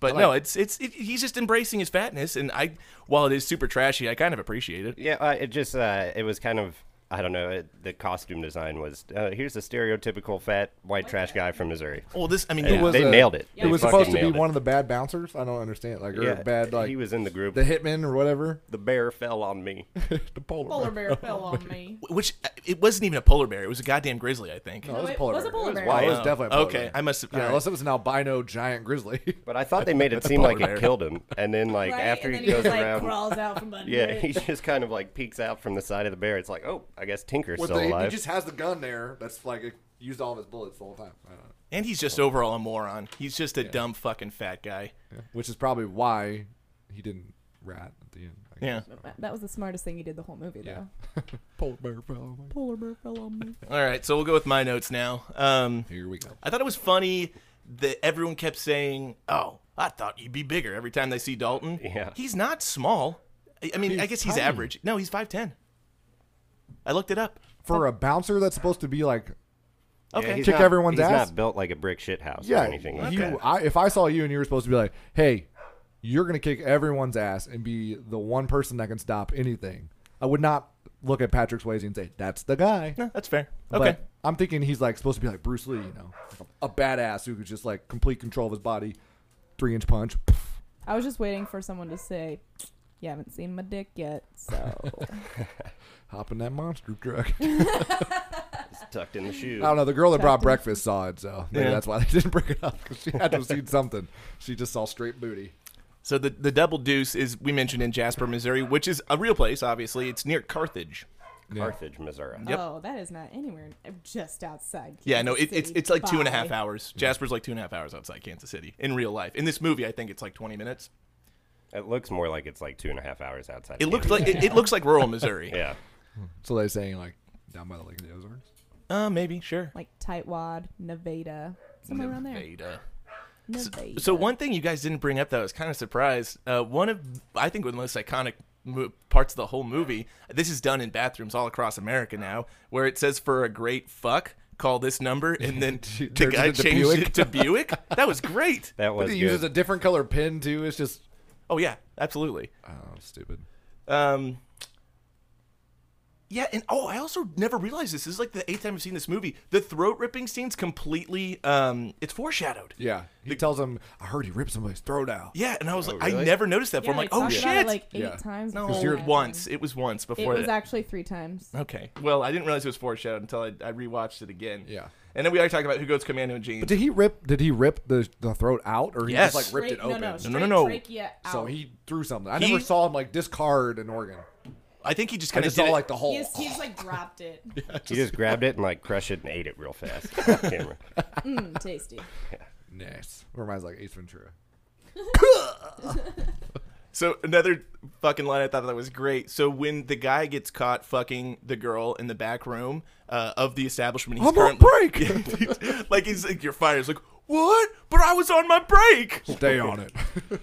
But no, it's it's it, he's just embracing his fatness, and I while it is super trashy, I kind of appreciate it.
Yeah, uh, it just uh, it was kind of I don't know. It, the costume design was uh, here's the stereotypical fat white trash guy from Missouri.
Well, this I mean,
It
yeah.
was- They nailed it.
It
They
was
fucking
supposed to be
nailed it.
one of the bad bouncers. I don't understand. Like or
Yeah,
bad like
he was in the group.
the hitman or whatever.
the bear fell on me.
the polar,
Polar bear fell on me.
which it wasn't even a polar bear; it was a goddamn grizzly, I think.
No, it was
it
a polar
was a
bear.
polar
It was
bear.
wild. It was
Oh,
definitely a polar
okay.
bear.
I must have-
Yeah,
alright.
unless it was an albino giant grizzly.
But I thought they made it seem like
polar
it
bear.
killed him, and then like
Right?
after
and
he
then
goes
just, like
around,
crawls out from under
yeah,
it.
he just kind of like peeks out from the side of the bear. It's like, oh, I guess Tinker's
With
still
the- he
alive.
just has the gun there. That's like it used all of his bullets the whole time. I don't know.
And he's just overall a moron. He's just a dumb fucking fat guy.
Which is probably why he didn't rat at the end. I
Yeah.
guess.
That- That was the smartest thing he did the whole movie,
Yeah.
though.
polar bear fell. on me.
Polar bear fell on me.
All right, so we'll go with my notes now. Um,
Here we go.
I thought it was funny that everyone kept saying, "Oh, I thought you'd be bigger" every time they see Dalton.
Yeah.
He's not small. I I mean, I guess he's
tiny.
average. No, he's five ten. I looked it up.
For a bouncer that's supposed to be like,
Okay.
Yeah, he's
Kick
not,
everyone's
he's
ass?
not built like a brick shit house
yeah,
or anything. like
you.
that.
I, if I saw you and you were supposed to be like, hey, you're gonna kick everyone's ass and be the one person that can stop anything, I would not look at Patrick Swayze and say that's the guy.
No, that's fair.
But
Okay.
I'm thinking he's like supposed to be like Bruce Lee, you know, like a badass who could just like complete control of his body, three inch punch.
I was just waiting for someone to say, "You haven't seen my dick yet," so
Hop in that monster truck. I
It's tucked in the shoe.
don't know. The girl that brought
Captain.
breakfast saw it, so maybe
Yeah.
that's why they didn't bring it up because she had to have seen something. She just saw straight booty.
So the the double deuce is we mentioned in Jasper, Missouri, which is a real place. Obviously, it's near Carthage.
Carthage, Missouri.
Yep.
oh, that is not anywhere. uh, Just outside.
Yeah, no,
Kansas
it, it's
City.
it's like two and a half
Bye.
hours. Jasper's like two and a half hours outside Kansas City in real life. In this movie, I think it's like twenty minutes.
It looks more like it's like two and a half hours outside.
It
of
looks
Kansas.
like it, it looks like rural Missouri.
Yeah.
So they're saying like down by the Lake of the Ozarks.
Uh, maybe sure.
Like Tightwad, Nevada, somewhere around there.
Nevada.
Nevada.
So one thing you guys didn't bring up that I was kind of surprised. Uh, one of I think one of the most iconic mo- parts of the whole movie. This is done in bathrooms all across America now, where it says for a great fuck, call this number, and then the
turns
guy
it to
changed
Buick.
it to Buick. That was great.
That was
But he
good.
uses a different color pin too. It's just
Oh yeah, absolutely.
oh, stupid.
Um, yeah, and oh, I also never realized this. This is like the eighth time I've seen this movie. The throat ripping scene's completely um, it's foreshadowed.
Yeah, he tells him, "I heard he ripped somebody's throat out."
Yeah, and I
Oh,
was like, I
really?
never noticed that.
Yeah,
before. I'm like,
they
oh
talked
shit.
About it like eight
Yeah.
times.
no,
before that.
once it was once
It
before
was
that.
actually three times.
okay, well, I didn't realize it was foreshadowed until I, I rewatched it again.
Yeah.
and then we already talked about who goes commando and Jean.
But did he rip? Did he rip the, the throat out, or he
Yes.
just like ripped it
Straight-
open?
No, no,
No,
straight
no, no.
Trachea out.
So he threw something. I
He-
never saw him like discard an organ.
I think he just
I
kind of
just
did
saw
it-
like the whole. Oh,
He's, he's like dropped it.
He just grabbed it and like crushed it and ate it real fast. off camera. Uh,
Mm, tasty.
Nice. Reminds like Ace Ventura.
So another fucking line. I thought that was great. So when the guy gets caught fucking the girl in the back room uh, of the establishment, he's
I'm on
currently- like he's like, "You're fired." He's like, "What? But I was on my break."
Stay on it.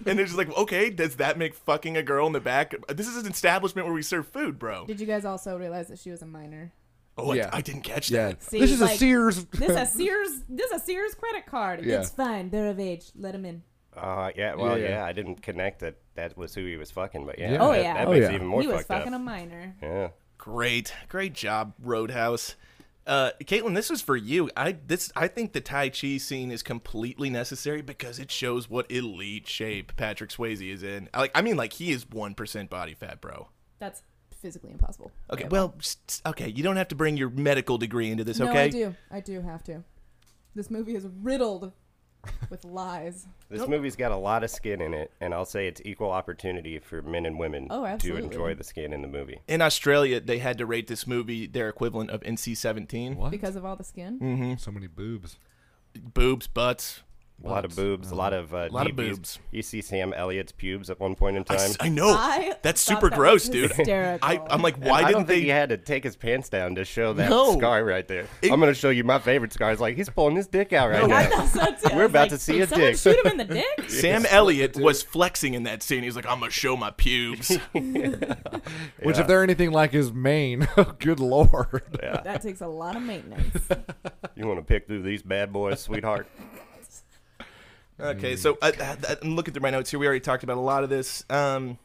And they're just like, "Okay, does that make fucking a girl in the back? This is an establishment where we serve food, bro."
Did you guys also realize that she was a minor?
Oh, I-
Yeah.
I, didn't catch
Yeah.
that.
See,
this is a
like,
Sears.
This a Sears. This a Sears credit card.
Yeah.
It's fine. They're of age. Let them in.
Uh, yeah, well,
Yeah.
yeah. I didn't connect that that was who he was fucking, but yeah,
Yeah. Oh,
that,
yeah.
that
Oh,
makes
yeah.
it even more
he was
fucked
fucking
up.
a minor.
yeah,
Great, great job, Roadhouse. Uh, Caitlin, this was for you. I this I think the Tai Chi scene is completely necessary because it shows what elite shape Patrick Swayze is in. Like, I mean, like he is one percent body fat, bro.
That's physically impossible.
Okay, well, s- s- okay, you don't have to bring your medical degree into this,
no,
okay?
I do. I do have to. This movie is riddled with lies.
this movie's got a lot of skin in it, and I'll say it's equal opportunity for men and women
Oh,
to
absolutely.
enjoy the skin in the movie.
In Australia, they had to rate this movie their equivalent of NC-17.
What?
Because of all the
Hmm.
skin?
Mm, So many boobs.
Boobs, butts.
A lot of boobs, a lot of uh,
lot of
DPs.
boobs.
You see Sam Elliott's pubes at one point in
I,
time.
s- I know.
I
That's
thought
super
that
gross,
was
dude.
hysterical.
I, I'm like,
And
why
I don't
didn't
think
they?
he had to take his pants down to show that
No.
scar right there.
It-
I'm going to show you my favorite scars. Like he's pulling his dick out right
I
now.
thought so too. I
We're
was
about
like,
to see
"Did
a
someone
dick."
Shoot him in the dick.
Sam Elliott was flexing in that scene. He's like, I'm gonna show my pubes.
Which, if they're anything like his mane, good lord.
That takes a lot of maintenance.
You want to pick through these bad boys, sweetheart?
okay, so I, I, I'm looking through my notes here. We already talked about a lot of this. Um,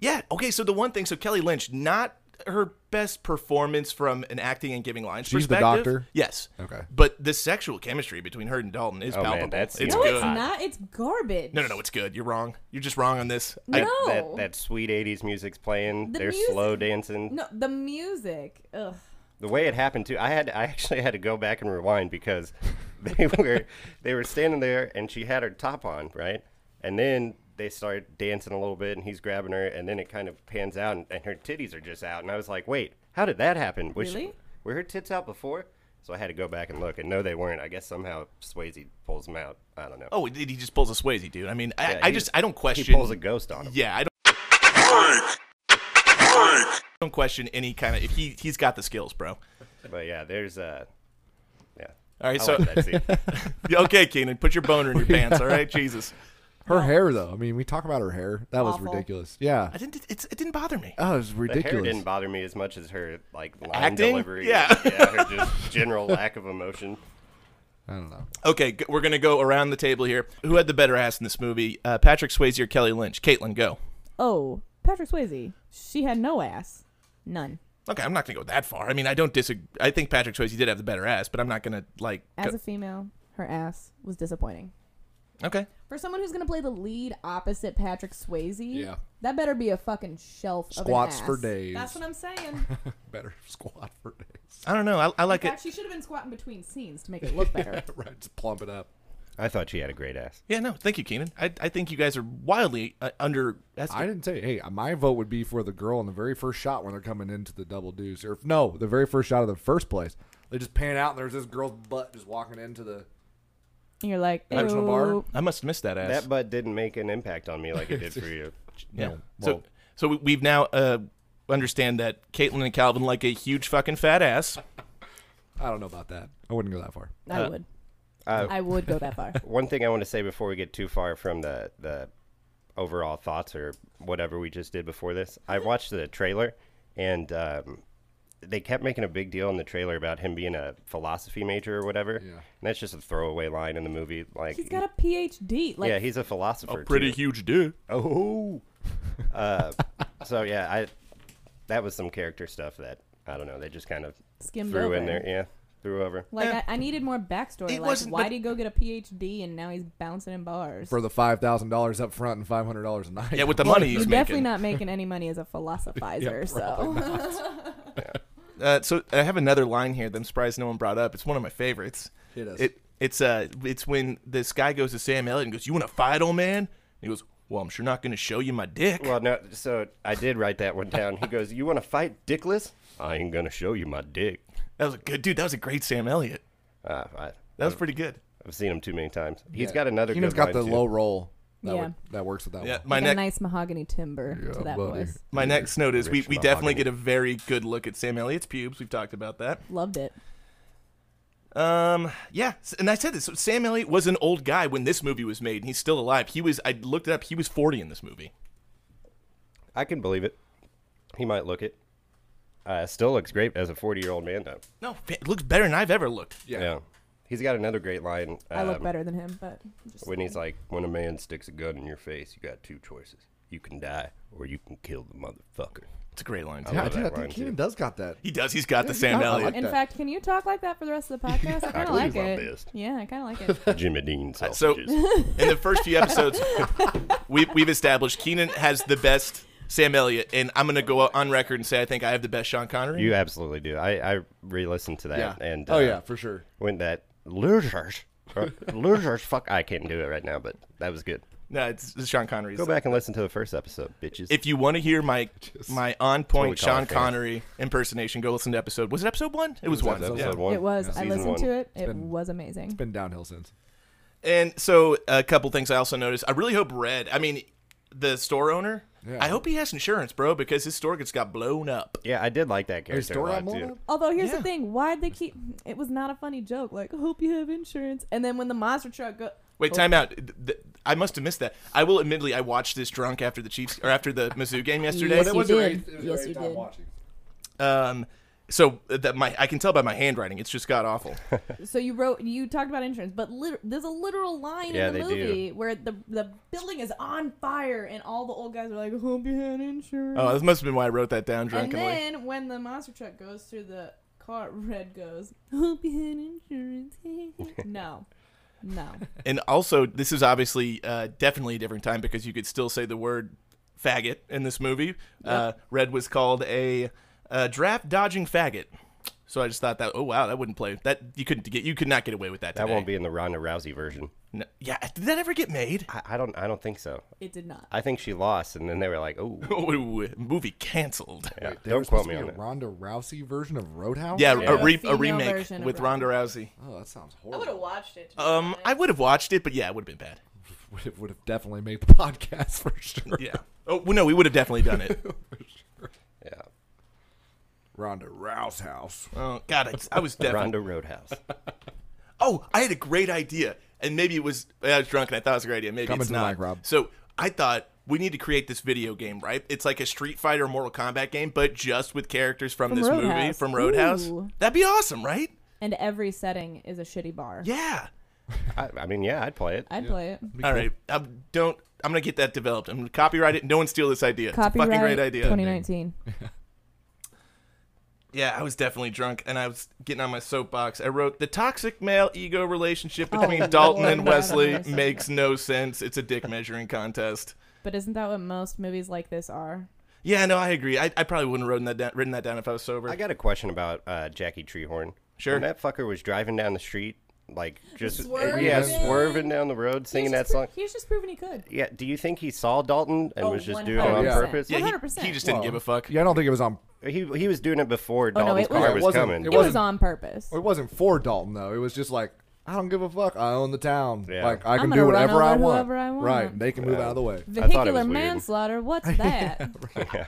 yeah. Okay, so the one thing, so Kelly Lynch, not her best performance from an acting and giving lines
She's the
perspective.
doctor?
Yes.
Okay.
But the sexual chemistry between her and Dalton is
Oh, man,
palpable.
that scene
it's
no,
was
good.
it's not. It's garbage.
No, no, no. It's good. You're wrong. You're just wrong on this. I-
That-
No.
That, that sweet 80s music's playing.
The
They're
music-
slow dancing.
No, the music. Ugh.
The way it happened too, I had I actually had to go back and rewind because they were they were standing there and she had her top on, right? And then they start dancing a little bit and he's grabbing her and then it kind of pans out and, and her titties are just out and I was like, "Wait, how did that happen? Was she-
Really?
were her tits out before?" So I had to go back and look and no they weren't. I guess somehow Swayze pulls them out. I don't know.
oh, he he just pulls a Swayze, dude. I mean, I,
Yeah,
I
he-
just, I don't
he
question.
pulls a ghost on him.
Yeah, I don't. don't question any kind of. He he's got the skills, bro. All
But yeah, there's uh yeah.
right,
I
so
like that scene.
Yeah, okay, Keenan, put your boner in your pants. All right, Jesus.
Her hair, though. I mean, we talk about her hair. That was
Awful.
ridiculous. Yeah.
I didn't. It's, it didn't bother me.
Oh, it was
The hair
ridiculous.
didn't bother me as much as her like line
Acting?
delivery.
Yeah.
yeah, her just general lack of emotion.
I don't know.
Okay, g- we're gonna go around the table here. Who had the better ass in this movie? Uh, Patrick Swayze or Kelly Lynch? Caitlin, go.
Oh, Patrick Swayze. She had no ass. None.
Okay, I'm not gonna go that far. I mean, I don't disagree. I think Patrick Swayze did have the better ass, but I'm not gonna like.
As
go-
a female, her ass was disappointing.
okay.
For someone who's gonna play the lead opposite Patrick Swayze,
Yeah.
that better be a fucking shelf of
Squats
an ass.
for days.
That's what I'm saying.
Better squat for days.
I don't know. I, I like
In
it.
fact, she should have been squatting between scenes to make it look better.
right, just plump it up.
I thought she had a great ass.
Yeah, no, thank you, Keenan. I, I think you guys are wildly uh, under. That's
I didn't say, hey, my vote would be for the girl in the very first shot when they're coming into the double deuce. Or, no, the very first shot of the first place. They just pan out and there's this girl's butt just walking into the.
And you're like,
Original bar?
"Ew."
I must have missed that ass.
That butt didn't make an impact on me like it did for you.
yeah.
No,
so
well-
so we- we've now uh, understand that Caitlin and Calvin like a huge fucking fat ass.
I don't know about that. I wouldn't go that far.
I would.
oh.
I would go that far.
Uh, One thing I want to say before we get too far from the the overall thoughts or whatever we just did before this, I watched the trailer and um, they kept making a big deal in the trailer about him being a philosophy major or whatever.
Yeah.
And that's just a throwaway line in the movie. Like
He's got a PhD. Like,
yeah, he's a philosopher. too.
huge dude.
Oh. uh, so yeah, I that was some character stuff that I don't know. They just kind of
Skimmed
threw in
over.
there. Yeah, threw over.
like
Eh.
I, I needed more backstory.
It
like,
wasn't
why
the-
did he go get a PhD and now he's bouncing in bars?
For the $5,000 up front and $500 a night.
Yeah, with the money
You're
he's
definitely
making.
not making any money as a philosophizer. so
Uh, so I have another line here that I'm surprised no one brought up. It's one of my favorites.
Hit us.
It it's uh it's when this guy goes to Sam Elliott and goes, "You want to fight, old man?" And he goes, "Well, I'm sure not going to show you my dick."
Well, no. So I did write that one down. He goes, "You want to fight, Dickless? I ain't gonna show you my dick."
that was a good dude. That was a great Sam Elliott.
Uh, I,
That was pretty good.
I've seen him too many times. He's
Yeah.
got another.
Keenan's
good
got the
line, too.
low roll. That
Yeah.
would- that works with that
Yeah,
one.
my
like a
next
nice mahogany timber
Yeah,
to that
buddy.
voice.
my next note is we,
Rich
we definitely
mahogany.
get a very good look at Sam Elliott's pubes. We've talked about that.
Loved it.
Um, yeah, s- and I said this. so Sam Elliott was an old guy when this movie was made, and he's still alive. He was. I looked it up. He was forty in this movie.
I can believe it. He might look it. Uh, still looks great as a 40 year old man, though.
No, it looks better than I've ever looked.
Yeah.
He's got another great line. Um,
I look better than him, but just
When he's like, when a man sticks a gun in your face, you got two choices. You can die or you can kill the motherfucker.
It's a great line.
I
too.
Yeah,
love
dude, I
that line,
think
too.
Keenan does got that.
He does. He's got the Sam
I like
Elliott.
In
that.
fact, can you talk like that for the rest of the podcast? I kind of like
believe I'm
it.
pissed.
Yeah, I kind of like it.
Jimmy Dean
So,
sausages.
in the first few episodes, we've, we've established Keenan has the best Sam Elliott, and I'm going to go out on record and say I think I have the best Sean Connery.
you absolutely do. I, I re listened to
Yeah.
that. and
oh
uh,
yeah, for sure.
When that losers, or losers, fuck, I can't do it right now, but that was good.
No, it's, it's Sean Connery's.
Go back and listen to the first episode, bitches.
If you want to hear my my on point
That's what we call
Sean
it, fam.
Connery impersonation, go listen to episode. Was it episode one? It was,
was
one.
episode
yeah.
Episode one,
It was. I
season
listened
one.
to it. It
been-
was amazing.
Been downhill since.
And so a couple things I also noticed. I really hope Red. I mean, the store owner.
Yeah.
I hope he has insurance, bro, because his store gets got blown up.
Yeah, I did like that
Hey,
character a
story
lot,
on
too.
Mold?
Although here's
Yeah.
the thing, why'd they keep? It was not a funny joke. Like, I hope you have insurance. And then when the monster truck go,
Wait, time out. Th- th- I must have missed that. I will admittedly, I watched this drunk after the Chiefs or after the Mizzou game yesterday.
Yes, But it you was a did. race- it was a Yes, race you time did.
Watching.
Um, so that my I can tell by my handwriting, it's just god awful.
so you wrote, you talked about insurance, but lit- there's a literal line
Yeah,
in the
they do.
movie where the the building is on fire and all the old guys are like, I hope you had insurance.
oh, this must have been why I wrote that down
and
drunkenly.
then when the monster truck goes through the car, Red goes, I hope you had insurance. no, no.
and also, this is obviously uh, definitely a different time because you could still say the word faggot in this movie. Uh, Red was called a, uh draft dodging faggot. So I just thought that oh wow that wouldn't play that you couldn't get you could not get away with that
That
today.
won't be in the Ronda Rousey version.
No- yeah did that ever get made
I, I don't. I don't think so.
It did not.
I think she lost, and then they were like, "Oh,
Ooh, movie canceled
yeah,
There
don't
was
quote
supposed
me
to
on
be a
it."
Ronda Rousey version of Roadhouse.
yeah,
Yeah.
a, re- a
Female
remake
version of
with
Ronda.
Ronda Rousey
Oh, that sounds
I would have
horrible.
watched it. to be
um
honest.
I would have watched it but yeah it would have been bad
Would have, would have definitely made the podcast for sure.
yeah oh well, no we would have definitely done it
Yeah,
Ronda Rouse House.
Oh God, I, I was definitely.
Ronda Roadhouse.
Oh, I had a great idea, and maybe it was I was drunk and I thought it was a great idea. Maybe
Coming
it's
to the
not.
mic, Rob.
So I thought we need to create this video game, right? It's like a Street Fighter, or Mortal Kombat game, but just with characters from,
From
this movie
Roadhouse.
from Roadhouse.
Ooh.
That'd be awesome, right?
And every setting is a shitty bar.
Yeah.
I, I mean, yeah, I'd play it.
I'd play it.
All right. I'm, don't. I'm gonna get that developed. I'm gonna copyright it. No one steal this idea.
Copyright
it's a fucking great idea.
2019.
Yeah, I was definitely drunk, and I was getting on my soapbox. I wrote the toxic male ego relationship between
Oh,
Dalton
Lord,
and
God,
Wesley
I'm so-
makes no sense. It's a dick measuring contest.
But isn't that what most movies like this are?
Yeah, no, I agree. I, I probably wouldn't have written that down, written that down if I was sober.
I got a question about uh, Jackie Treehorn.
Sure.
When that fucker was driving down the street, like just
Swerving.
yeah, swerving down the road, singing
He's
that
just pro-
song.
He's just proving he could.
Yeah. Do you think he saw Dalton and
Oh,
was just doing it on
100%.
purpose?
yeah, he-
100%.
he, just didn't
Well,
give a fuck.
Yeah, I don't think it was on.
He he was doing it before
Oh, no,
Dalton's
it was-
car
It
was
wasn't-
coming.
it
It was
wasn't-
on purpose.
It wasn't for Dalton though. It was just like I don't give a fuck. I own the town.
Yeah.
Like I can
gonna
do
run
whatever I
over
want.
whoever I want.
Right. They can move out of the way.
I thought it
Vehicular
was weird.
manslaughter. What's that?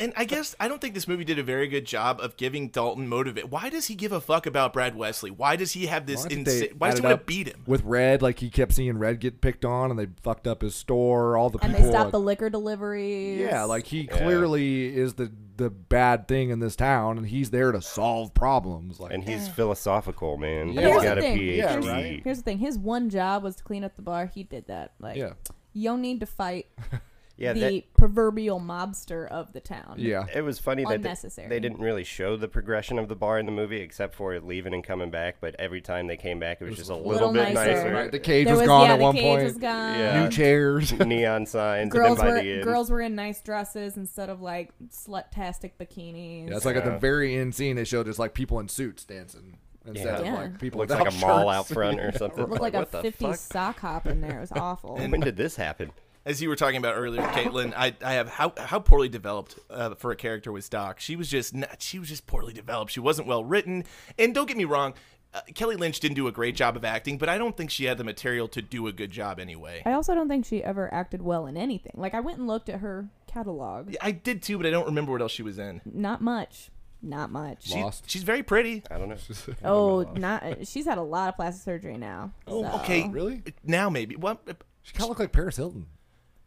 And I guess I don't think this movie did a very good job of giving Dalton motivate. Why does he give a fuck about Brad Wesley? Why does he have this
Why did they
insane? Why does he
add it
want to
up
beat him?
With Red, like he kept seeing Red get picked on, and they fucked up his store. All the
and
people.
they stopped
like-
the liquor deliveries.
Yeah, like he clearly is the the bad thing in this town, and he's there to solve problems. Like,
And he's philosophical, man.
Yeah.
He's
Here's
got
the
a
thing.
PhD.
Yeah,
here's,
right.
here's the thing. His one job was to clean up the bar. He did that. Like,
yeah,
you don't need to fight
Yeah,
the
that-
proverbial mobster of the town.
yeah,
it was funny that they,
Unnecessary.
they didn't really show the progression of the bar in the movie except for leaving and coming back but every time they came back it was just a little,
little
bit
nicer.
nicer,
Right, The cage
There
was,
was,
gone
yeah,
at
the
one
cage
point.
was gone.
Yeah.
New chairs.
neon signs and
girls
then by
were
the end
girls were in nice dresses instead of like slut-tastic bikinis.
That's like at the very end scene they showed just like people in suits dancing instead
Yeah.
of like people
looks like a
without
mall out
shirts.
front or something
looked like,
what
a
the
50s sock hop in there. It was awful.
fuck? when did this happen
As you were talking about earlier, Caitlin, I, I have how how poorly developed uh, for a character was Doc. She was just not, she was just poorly developed. She wasn't well written. And don't get me wrong, uh, Kelly Lynch didn't do a great job of acting, but I don't think she had the material to do a good job anyway.
I also don't think she ever acted well in anything. Like I went and looked at her catalog.
I did too, but I don't remember what else she was in.
Not much. Not much.
She-
Lost.
she's very pretty.
I don't know.
oh, not. She's had a lot of plastic surgery now. so.
Oh, okay.
Really?
Now maybe. Well, uh,
She kind of looked like Paris Hilton.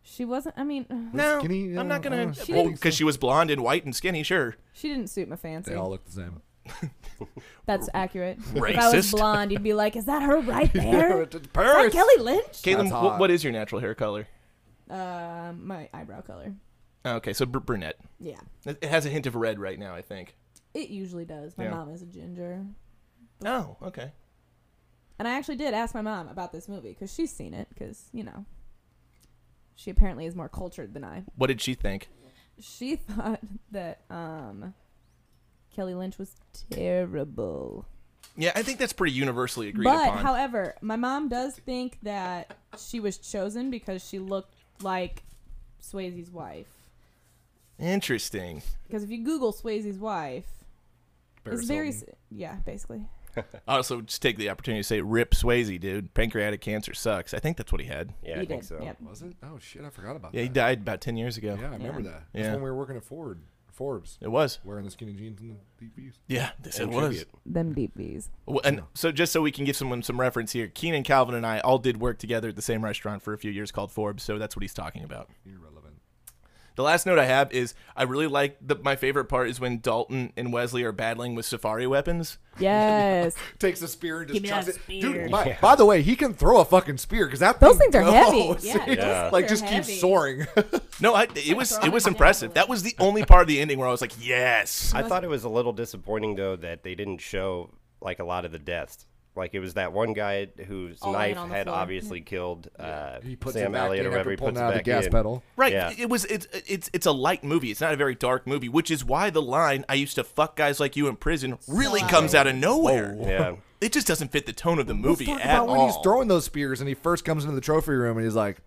She wasn't. I mean,
no,
skinny,
I'm not
uh, I
gonna.
don't
She well,
think
because she was blonde and white and skinny, sure.
she didn't suit my fancy.
They all look the same.
That's accurate. If I was
Racist.
blonde, you'd be like, "Is that her right there? Is that
Paris.
Kelly Lynch?"
Caitlin,
hot.
wh- what is your natural hair color?
Um, my eyebrow color.
Okay, so br- brunette.
Yeah,
It it has a hint of red right now, I think.
it usually does. My
Yeah.
mom is a ginger,
Oh, okay.
and I actually did ask my mom about this movie because she's seen it. Because you know, she apparently is more cultured than I.
What did she think?
She thought that um, Kelly Lynch was terrible.
Yeah, I think that's pretty universally agreed
But
upon.
however, my mom does think that she was chosen because she looked like Swayze's wife.
Interesting.
Because if you Google Swayze's wife, it's
Paris
very
Hilton.
s- yeah, basically.
Also, just take the opportunity to say, "Rip Swayze, dude. Pancreatic cancer sucks." I think that's what he had.
Yeah,
he
I
did.
think so.
Yep.
Was it? Oh shit! I forgot about
Yeah, he
that.
died about ten years ago.
Yeah, I remember
Yeah.
that. That's
Yeah.
when we were working at Ford, Forbes,
It was.
wearing the skinny jeans and the deep V's.
Yeah, this it
And
was.
tribute.
Them deep V's.
Well, and so just so we can give someone some reference here, Keenan Calvin and I all did work together at the same restaurant for a few years called Forbes, so that's what he's talking about.
Irrelevant.
The last note I have is I really like the my favorite part is when Dalton and Wesley are battling with safari weapons.
Yes,
Takes a spear and just
Give me
chucks
that
it. Dude,
spear.
by, by the way, he can throw a fucking spear because that
those
thing
things are heavy.
goes.
Yeah,
Yeah.
Those
like
things
just
are
keeps
heavy.
soaring.
No, I, it was it was
Yeah.
impressive. That was the only part of the ending where I was like, "Yes."
I thought it was a little disappointing though that they didn't show like a lot of the deaths. Like it was that one guy whose
All laying
knife
on the
had
floor. Mm-hmm.
obviously killed uh,
he puts it
Sam
back
Elliott
in
or whatever.
after
He
pulling
puts it
out of the
back
gas
in.
pedal.
Right.
Yeah.
It was it's it's it's a light movie. It's not a very dark movie, which is why the line "I used to fuck guys like you in prison" really
So
comes out of nowhere.
Oh, Yeah.
It just doesn't fit the tone of the movie
Let's talk
at
about when
all.
he's throwing those spears and he first comes into the trophy room and he's like,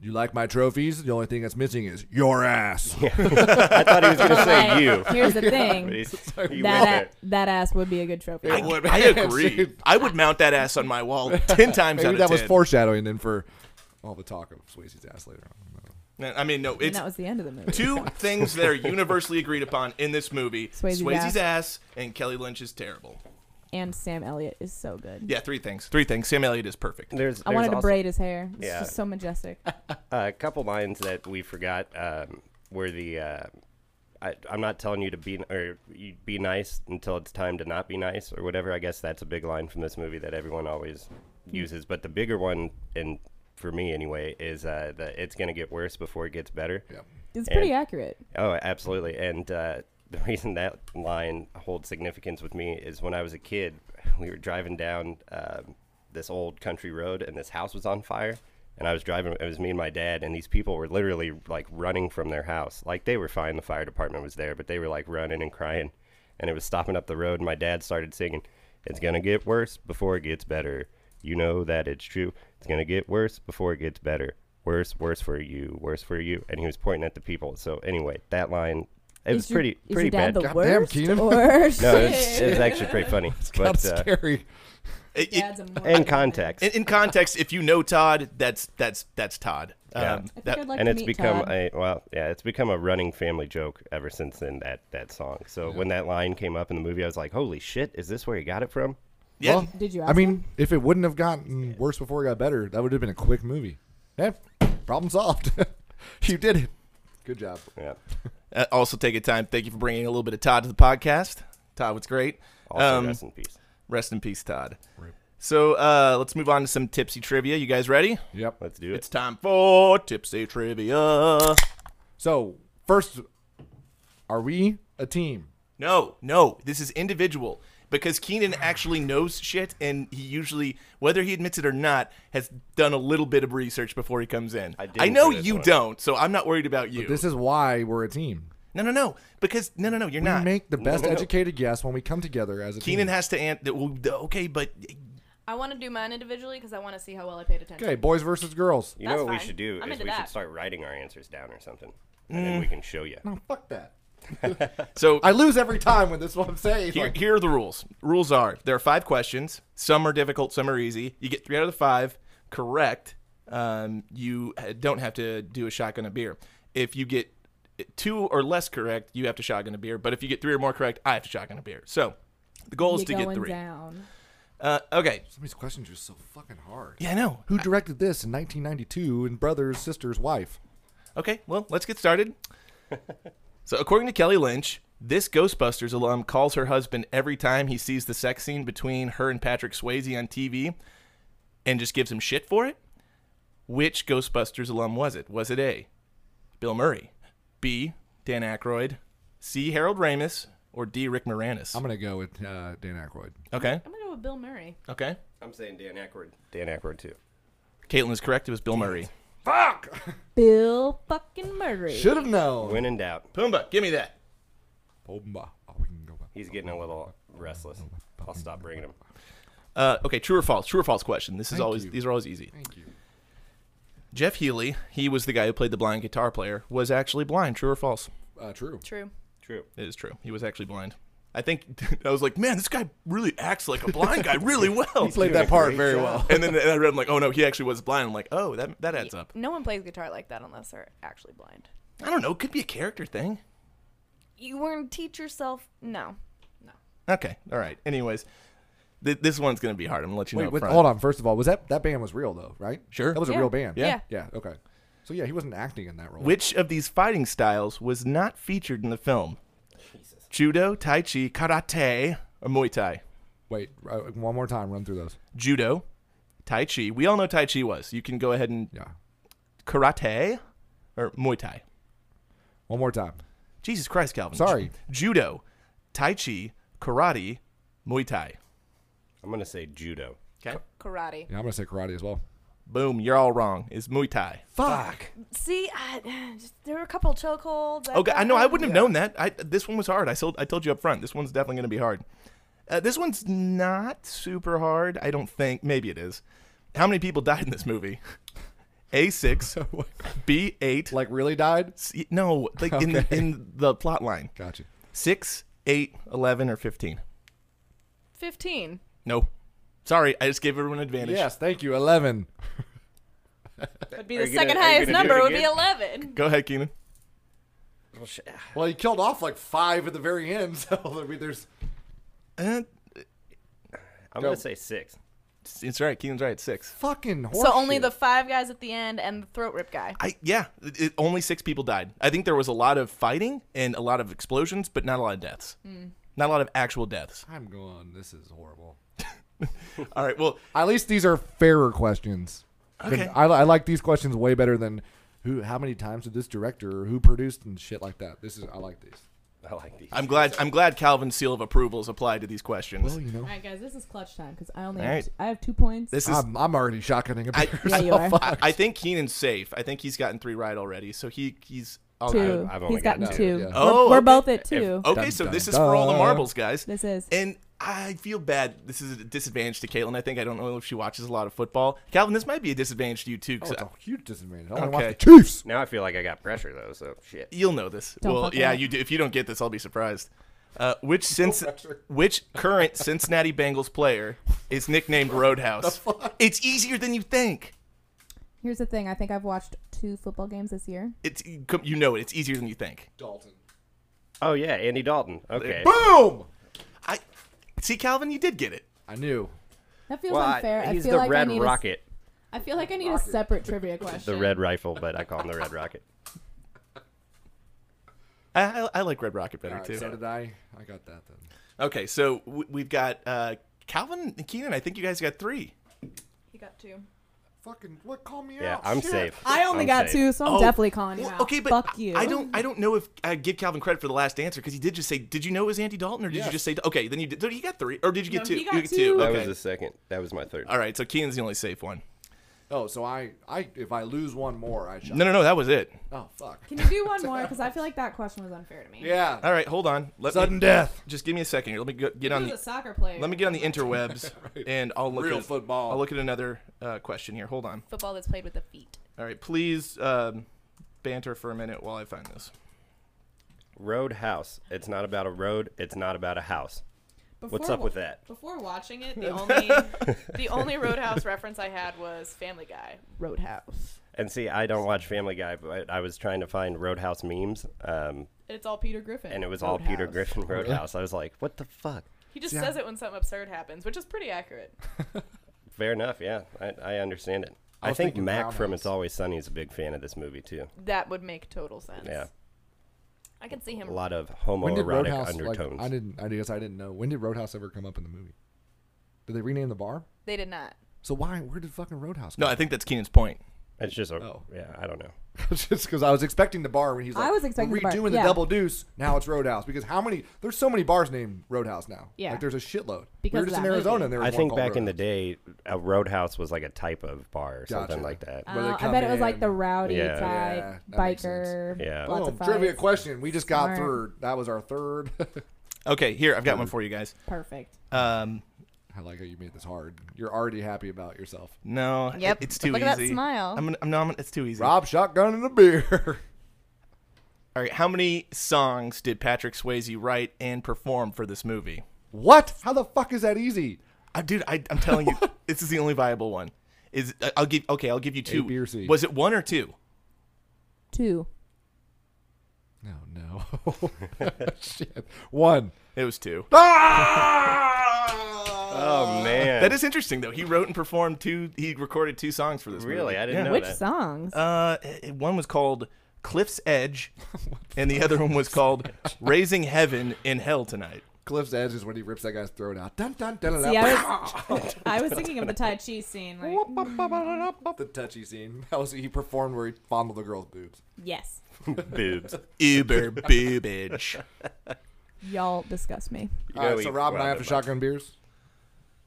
"You like my trophies? The only thing that's missing is your ass."
I thought he was gonna say
But
you.
Here's the thing.
But he- he went
That
there.
a- that ass would be a good trophy.
I, I agree. I would mount that ass on my wall ten times out
Maybe
of
that was
10.
foreshadowing then for all the talk of Swayze's ass later on.
I mean, no,
and
it's
that was the end of the movie.
two things that are universally agreed upon in this movie:
Swayze's
Swayze's ass and Kelly Lynch is terrible.
And Sam Elliott is so good.
Yeah, three things. Three things. Sam Elliott is perfect.
There's,
I
there's
wanted to
also
braid his hair. It's
Yeah.
just so majestic.
a couple lines that we forgot um, were the. Uh, I, I'm not telling you to be or you be nice until it's time to not be nice or whatever. I guess that's a big line from this movie that everyone always uses. But the bigger one, and for me anyway, is uh, that it's gonna get worse before it gets better.
It's pretty
And-
accurate.
Oh, absolutely. And uh, the reason that line holds significance with me is when I was a kid, we were driving down um, this old country road, and this house was on fire. And I was driving. It was me and my dad, and these people were literally like running from their house. Like they were fine. The fire department was there, but they were like running and crying, and it was stopping up the road. And my dad started singing, "It's gonna get worse before it gets better. You know that it's true. It's gonna get worse before it gets better." worse, worse for you, worse for you. And he was pointing at the people. So anyway, that line, it was
is your-
pretty,
is
pretty
your
bad.
dad The
Goddamn,
worst
Keenan.
Or shit.
no, it was, it was actually pretty funny.
That's
but uh,
scary.
It- it-
Dad's a moron.
in context,
in, in context, if you know Todd, that's that's that's Todd.
Yeah.
Um,
I think
that-
I'd like
and
to
it's
meet
become
Todd.
a well, yeah, it's become a running family joke ever since then. That that song. So when that line came up in the movie, I was like, "Holy shit! Is this where he got it from?"
yeah,
Well,
Did you
I
ask
mean,
him?
if it wouldn't have gotten worse before it got better, that would have been a quick movie. Yeah, problem solved. you did it. Good job.
Yeah,
uh, also taking time. Thank you for bringing a little bit of Todd to the podcast. Todd was great.
also
Um,
rest in peace.
Rest in peace, Todd. So uh, let's move on to some tipsy trivia. You guys ready?
Yep.
Let's do
It's
it.
time for tipsy trivia.
So first, are we a team?
No, no, this is individual because Keenan actually knows shit, and he usually, whether he admits it or not, has done a little bit of research before he comes in. I,
didn't
know
do this
you
one.
don't, so I'm not worried about you.
This is why we're a team.
no, no, no, because no, no, no, you're
We
not.
make the best
no, no.
educated guess when we come together as a
Keenan
team.
has to answer. Well, okay, but
I want to do mine individually because I want to see how well I paid attention.
okay, boys versus girls.
You know
That's
what we
fine.
should do
I'm
is
into
we should
that. Mm.
start writing our answers down or something, and then we can show you.
No, Oh, fuck that.
So
I lose every time with this. What I'm saying.
Here,
Like,
here are the rules. Rules are there are five questions. Some are difficult, some are easy. You get three out of the five correct. Um, you ha- don't have to do a shotgun a beer. If you get two or less correct, you have to shotgun a beer. But if you get three or more correct, I have to shotgun a beer. So the goal is
You're
to get
going
three.
down.
Uh, okay.
some of these questions are so fucking hard.
Yeah, I know.
Who directed this in 1992? And brother's sister's wife.
Okay, well, let's get started. so, according to Kelly Lynch, this Ghostbusters alum calls her husband every time he sees the sex scene between her and Patrick Swayze on TV and just gives him shit for it. Which Ghostbusters alum was it? Was it A, Bill Murray, B, Dan Aykroyd, C, Harold Ramis, or D, Rick Moranis?
I'm gonna go with uh, Dan Aykroyd.
Okay,
I'm gonna go with Bill Murray.
okay.
I'm saying Dan Aykroyd. Dan Aykroyd too.
Caitlin is correct. It was Bill Murray.
Bill fucking Murray.
Should have known.
When in doubt,
Pumbaa, give me that.
Bomba. Oh, we can go back.
he's getting a little restless. I'll stop bringing him.
Uh, okay, true or false? True or false question. This is
Thank
always
you.
these are always easy.
Thank you.
Jeff Healy, he was the guy who played the blind guitar player, was actually blind. True or false?
Uh, true.
True.
True.
It is true. He was actually blind. I think I was like, man, this guy really acts like a blind guy really well.
Played that part very well.
and then and I read, I'm like, oh no, he actually was blind. I'm like, oh, that that adds up.
No one plays guitar like that unless they're actually blind.
I don't know. Could be a character thing.
You weren't teach yourself. No. No.
Okay, all right. Anyways, th- this one's gonna be hard. I'm gonna let you know.
Wait,
up
wait,
front.
hold on. First of all, was that that band was real though, right?
Sure.
That was a
Yeah.
real band.
Yeah.
Yeah. Okay. So yeah, he wasn't acting in that role.
Which of these fighting styles was not featured in the film? Judo, Tai Chi, Karate, or Muay Thai?
Wait, uh, one more time. Run through those.
Judo, Tai Chi. We all know Tai Chi was. You can go ahead and
Yeah.
karate or Muay Thai.
One more time.
Jesus Christ, Calvin.
Sorry.
Ju- Judo, Tai Chi, karate, Muay Thai.
I'm gonna say judo.
Okay.
Karate.
Yeah, I'm gonna say karate as well.
Boom, you're all wrong. It's Muay Thai.
Fuck.
See, I, just, there were a couple chokeholds.
Okay, Oh, I know I wouldn't have
Yeah.
known that. I, this one was hard. I sold, I told you up front. This one's definitely going to be hard. Uh, this one's not super hard, I don't think. Maybe it is. How many people died in this movie? A6, B8,
Like really died.
C- no, like in the,
Okay.
in the plot line.
Gotcha.
6, 8, 11 or 15.
Fifteen.
No. Sorry, I just gave everyone an advantage.
Yes. Thank you. Eleven.
Would be
Are
the
you gonna-
second
are you
highest
gonna do it
number. Would be
again?
eleven.
Go ahead, Keenan.
Well, he killed off like five at the very end. So I mean, there's
Uh,
I'm
Go.
gonna say six.
it's- it's right. Keenan's right. Six.
fucking. Horse
So only the five guys at the end and the throat rip guy.
I yeah. It, it- only six people died. I think there was a lot of fighting and a lot of explosions, but not a lot of deaths. Not a lot of actual deaths.
I'm going. This is horrible.
All right. Well,
At least these are fairer questions.
Okay.
I, I like these questions way better than who, how many times did this director or who produced and shit like that. This is I like these.
I like these.
I'm glad. I'm glad Calvin's seal of approval is applied to these questions.
Well, you know,
All right, guys, this is clutch time because I only
All
have
right.
t- I have two points.
this is.
I'm, I'm already shotgunning a
I,
beer.
Yeah, you are.
Oh,
I, I think Keenan's safe. I think he's gotten three right already, so he he's. all good.
two.
I've only
He's gotten
gotten
two.
two.
Yeah.
We're,
Oh,
we're
okay.
both at two.
Okay,
Dun,
so
dun,
this is for all the
dun.
marbles, guys.
This is.
And I feel bad. This is a disadvantage to Caitlin. I think I don't know if she watches a lot of football. Calvin, this might be a disadvantage to you too. 'cause
Oh, it's a huge disadvantage. I only watch
Okay.
the Chiefs.
Now I feel like I got pressure though. So shit.
You'll know this.
Don't
well,
fuck it
yeah,
up.
you do. If you don't get this, I'll be surprised. Uh, which since
pressure.
which current Cincinnati Bengals player is nicknamed Roadhouse? It's easier than you think.
Here's the thing. I think I've watched two football games this year.
It's you know it. It's easier than you think.
Dalton.
Oh yeah, Andy Dalton. Okay.
Boom.
I see, Calvin. You did get it.
I knew.
That feels
Well, I-
unfair. I,
he's
feel
the
like I
Red
need A,
Rocket.
s- I feel like I need a separate trivia question.
The Red Rifle, but I call him the Red Rocket.
I, I, I like Red Rocket better
All right,
too.
so did I. I got that then.
okay, so w- we've got uh, Calvin and Keenan. I think you guys got three.
He got two.
Fucking what? Call me
Yeah,
out.
I'm
Shit.
safe.
Oh, I only
I'm
got
safe.
two, so I'm
Oh,
definitely calling you
well,
out.
Okay, but
fuck
I-
you.
I don't. I don't know if I give Calvin credit for the last answer because he did just say, "Did you know it was Andy Dalton?" Or did you
Yes.
just say, "Okay"? Then you did, so you got three, or did you get
No,
two?
he got
you get
two.
That
Okay.
was the second. That was my third.
All right. So Keenan's the only safe one.
Oh, so I, I, if I lose one more, I shot.
No, no, no. That was it.
Oh fuck.
Can you do one more? Because I feel like that question was unfair to me.
Yeah.
All right. Hold on. Let
Sudden
me,
death.
Just give me a second here. Let me go, get on
He was a
the.
soccer player.
Let me get on the interwebs, and I'll look
Real
at
football.
I'll look at another uh, question here. Hold on.
Football that's played with the feet.
All right, please um, banter for a minute while I find this.
Roadhouse. It's not about a road. It's not about a house.
Before
What's up
wa-
with that?
Before watching it, the only the only Roadhouse reference I had was Family Guy.
Roadhouse.
And see, I don't watch Family Guy, but I was trying to find Roadhouse memes, um,
It's all Peter Griffin.
and it was all Peter
Roadhouse.
Griffin Roadhouse. I was like, what the fuck?
He just
Yeah.
says it when something absurd happens, which is pretty accurate.
Fair enough. Yeah, I, I understand it.
I
I,
was
think
thinking
Mac
Brown
from
Eyes.
It's Always Sunny is a big fan of this movie too.
That would make total sense.
Yeah,
I can see him.
a lot of
When
homoerotic
did Roadhouse? Like,
undertones.
I didn't. I guess I didn't know. When did Roadhouse ever come up in the movie? Did they rename the bar?
They did not.
So why? Where did fucking Roadhouse?
No,
come
I think that's Keenan's point.
it's just a
Oh.
yeah. I don't know.
just because I was expecting the bar when he's
I
like,
was expecting
we're
the bar,
redoing
yeah.
double deuce. Now it's Roadhouse because how many? There's so many bars named Roadhouse now.
Yeah.
like there's a shitload.
Because
we were
of
just in
that
Arizona
movie.
and there was
I
one
think
called
back in the day,
Roadhouse.
a Roadhouse was like a type of bar, or something
Gotcha.
like that.
Where they
Uh, I
come
bet it was like
in.
the rowdy
Yeah.
Yeah,
type,
that makes
biker.
sense. Yeah.
Lots
Oh,
of
trivia
fights.
question. We just got
Smart.
through. That was our third.
Okay, here I've got one for you guys.
Perfect.
Um,
I like how you made this hard. You're already happy about yourself.
no,
Yep,
it- it's
but
too
look
easy.
at that smile.
I'm, gonna- I'm, no, I'm, gonna- it's too easy.
Rob shotgun and a beer.
All right, how many songs did Patrick Swayze write and perform for this movie?
what? How the fuck is that easy?
I, dude, I, I'm telling you, this is the only viable one. Is I- I'll give okay, I'll give you two.
B, or C?
Was it one or two?
Two.
No, no. Shit. One.
It was two.
Ah! Oh man,
That is interesting though. He wrote and performed two. He recorded two songs for this.
really.
movie.
I didn't know
Which
that.
songs?
Uh, eh, one was called Cliff's Edge, and the other one was called Raising Heaven in Hell Tonight.
Cliff's edge is when he rips that guy's throat out. Dun dun dun. dun,
See,
dun.
I was, I was thinking of the Tai Chi scene. Like,
the touchy scene. That was he performed where he fondled the girl's boobs.
yes.
Boobs.
Uber boobage.
Y'all disgust me.
You
All
know
right, so
we
Rob and I
rounded
have to
up.
shotgun beers.